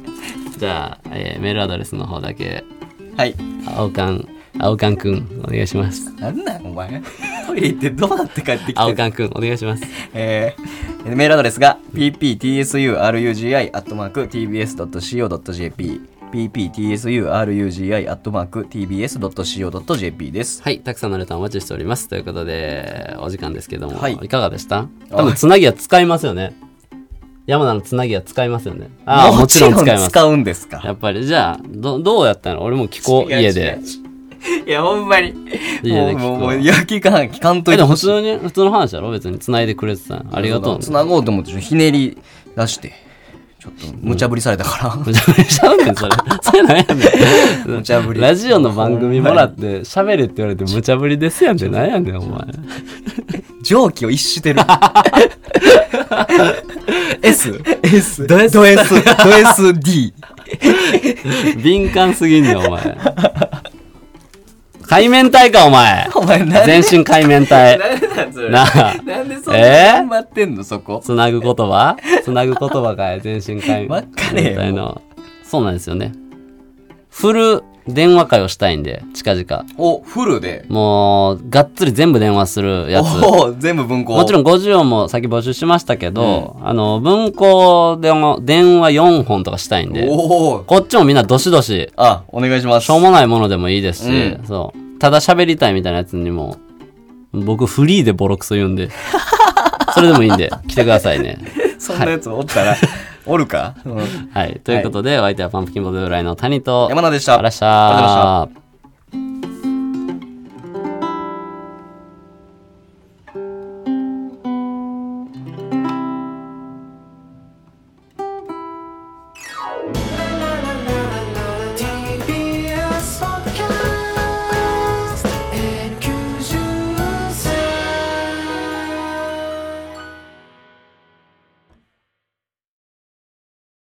Speaker 2: じゃあ、えーメールアドレスの方だけ
Speaker 3: はい。
Speaker 2: 青缶青缶くんお願いします
Speaker 3: なんなんお前。トイレ行ってどうなって帰ってきて
Speaker 2: 青
Speaker 3: んの
Speaker 2: 缶くんお願いします
Speaker 3: えー、メールアドレスが pptsurugi.tbs.co.jp pptsurugi.tbs.co.jp です。
Speaker 2: はいたくさんのレターお待ちしておりますということでお時間ですけども、、
Speaker 3: はいい
Speaker 2: かがでした多分つなぎは使いますよね山田のつなぎは使いますよねああも
Speaker 3: も
Speaker 2: ち
Speaker 3: ち
Speaker 2: ろ
Speaker 3: ろ
Speaker 2: ん使い
Speaker 3: ん
Speaker 2: ます
Speaker 3: 使うんですか
Speaker 2: やっぱりじゃあどどうやったの俺も聞こう
Speaker 3: 違う
Speaker 2: 家で。
Speaker 3: 違ういや、ほんまに。
Speaker 2: いや聞
Speaker 3: もう、
Speaker 2: こう
Speaker 3: もう、もう、いや、聞かん、聞かんと
Speaker 2: え
Speaker 3: い
Speaker 2: で
Speaker 3: て
Speaker 2: も
Speaker 3: ほ
Speaker 2: 普
Speaker 3: しい。
Speaker 2: 通に普通の話だろ別に繋いでくれてたのありがとう
Speaker 6: つなごうと思ってひねり出して
Speaker 3: ちょっと無茶ぶりされた
Speaker 2: [laughs]
Speaker 3: から、
Speaker 2: むちゃくちゃうねん、
Speaker 3: [laughs]
Speaker 2: それ。それなんやねん。
Speaker 3: 無茶ぶり
Speaker 2: ラジオの番組もらって、喋れって言われて無茶ぶりですやんってなんやねん、お前。
Speaker 3: 蒸気を逸して
Speaker 7: [laughs]
Speaker 3: る S? S
Speaker 2: ド S
Speaker 3: ド S ド SD
Speaker 2: 敏感すぎんねん、お
Speaker 3: [laughs]
Speaker 2: 前。海面体か、お前。
Speaker 3: お前なんで
Speaker 2: 全身海綿
Speaker 3: [laughs]
Speaker 2: 体。
Speaker 7: なんそれ
Speaker 2: なあ。
Speaker 7: なんでそんな
Speaker 2: え
Speaker 7: 頑張ってんのそこ
Speaker 2: つなぐ言葉つなぐ言葉かい全身会
Speaker 3: わかれよ
Speaker 2: みたいなそうなんですよねフル電話会をしたいんで近々
Speaker 7: おフルで
Speaker 2: もうがっつり全部電話するやつ
Speaker 7: おー全部文庫
Speaker 2: もちろん50音も先募集しましたけど、あの文庫でも電話4本とかしたいんで
Speaker 7: おお
Speaker 2: こっちもみんなどしどし
Speaker 7: あお願いします
Speaker 2: しょうもないものでもいいですし、
Speaker 7: う
Speaker 2: そう。ただ喋りたいみたいなやつにも、僕フリーでボロクソ言 [laughs] うんで、それでもいいんで、来てくださいね。
Speaker 7: そんなやつおったらおるか
Speaker 2: はい。ということで、お相手はパンプキンボードフライの谷と、
Speaker 7: 山名でした
Speaker 2: ありがとうございました。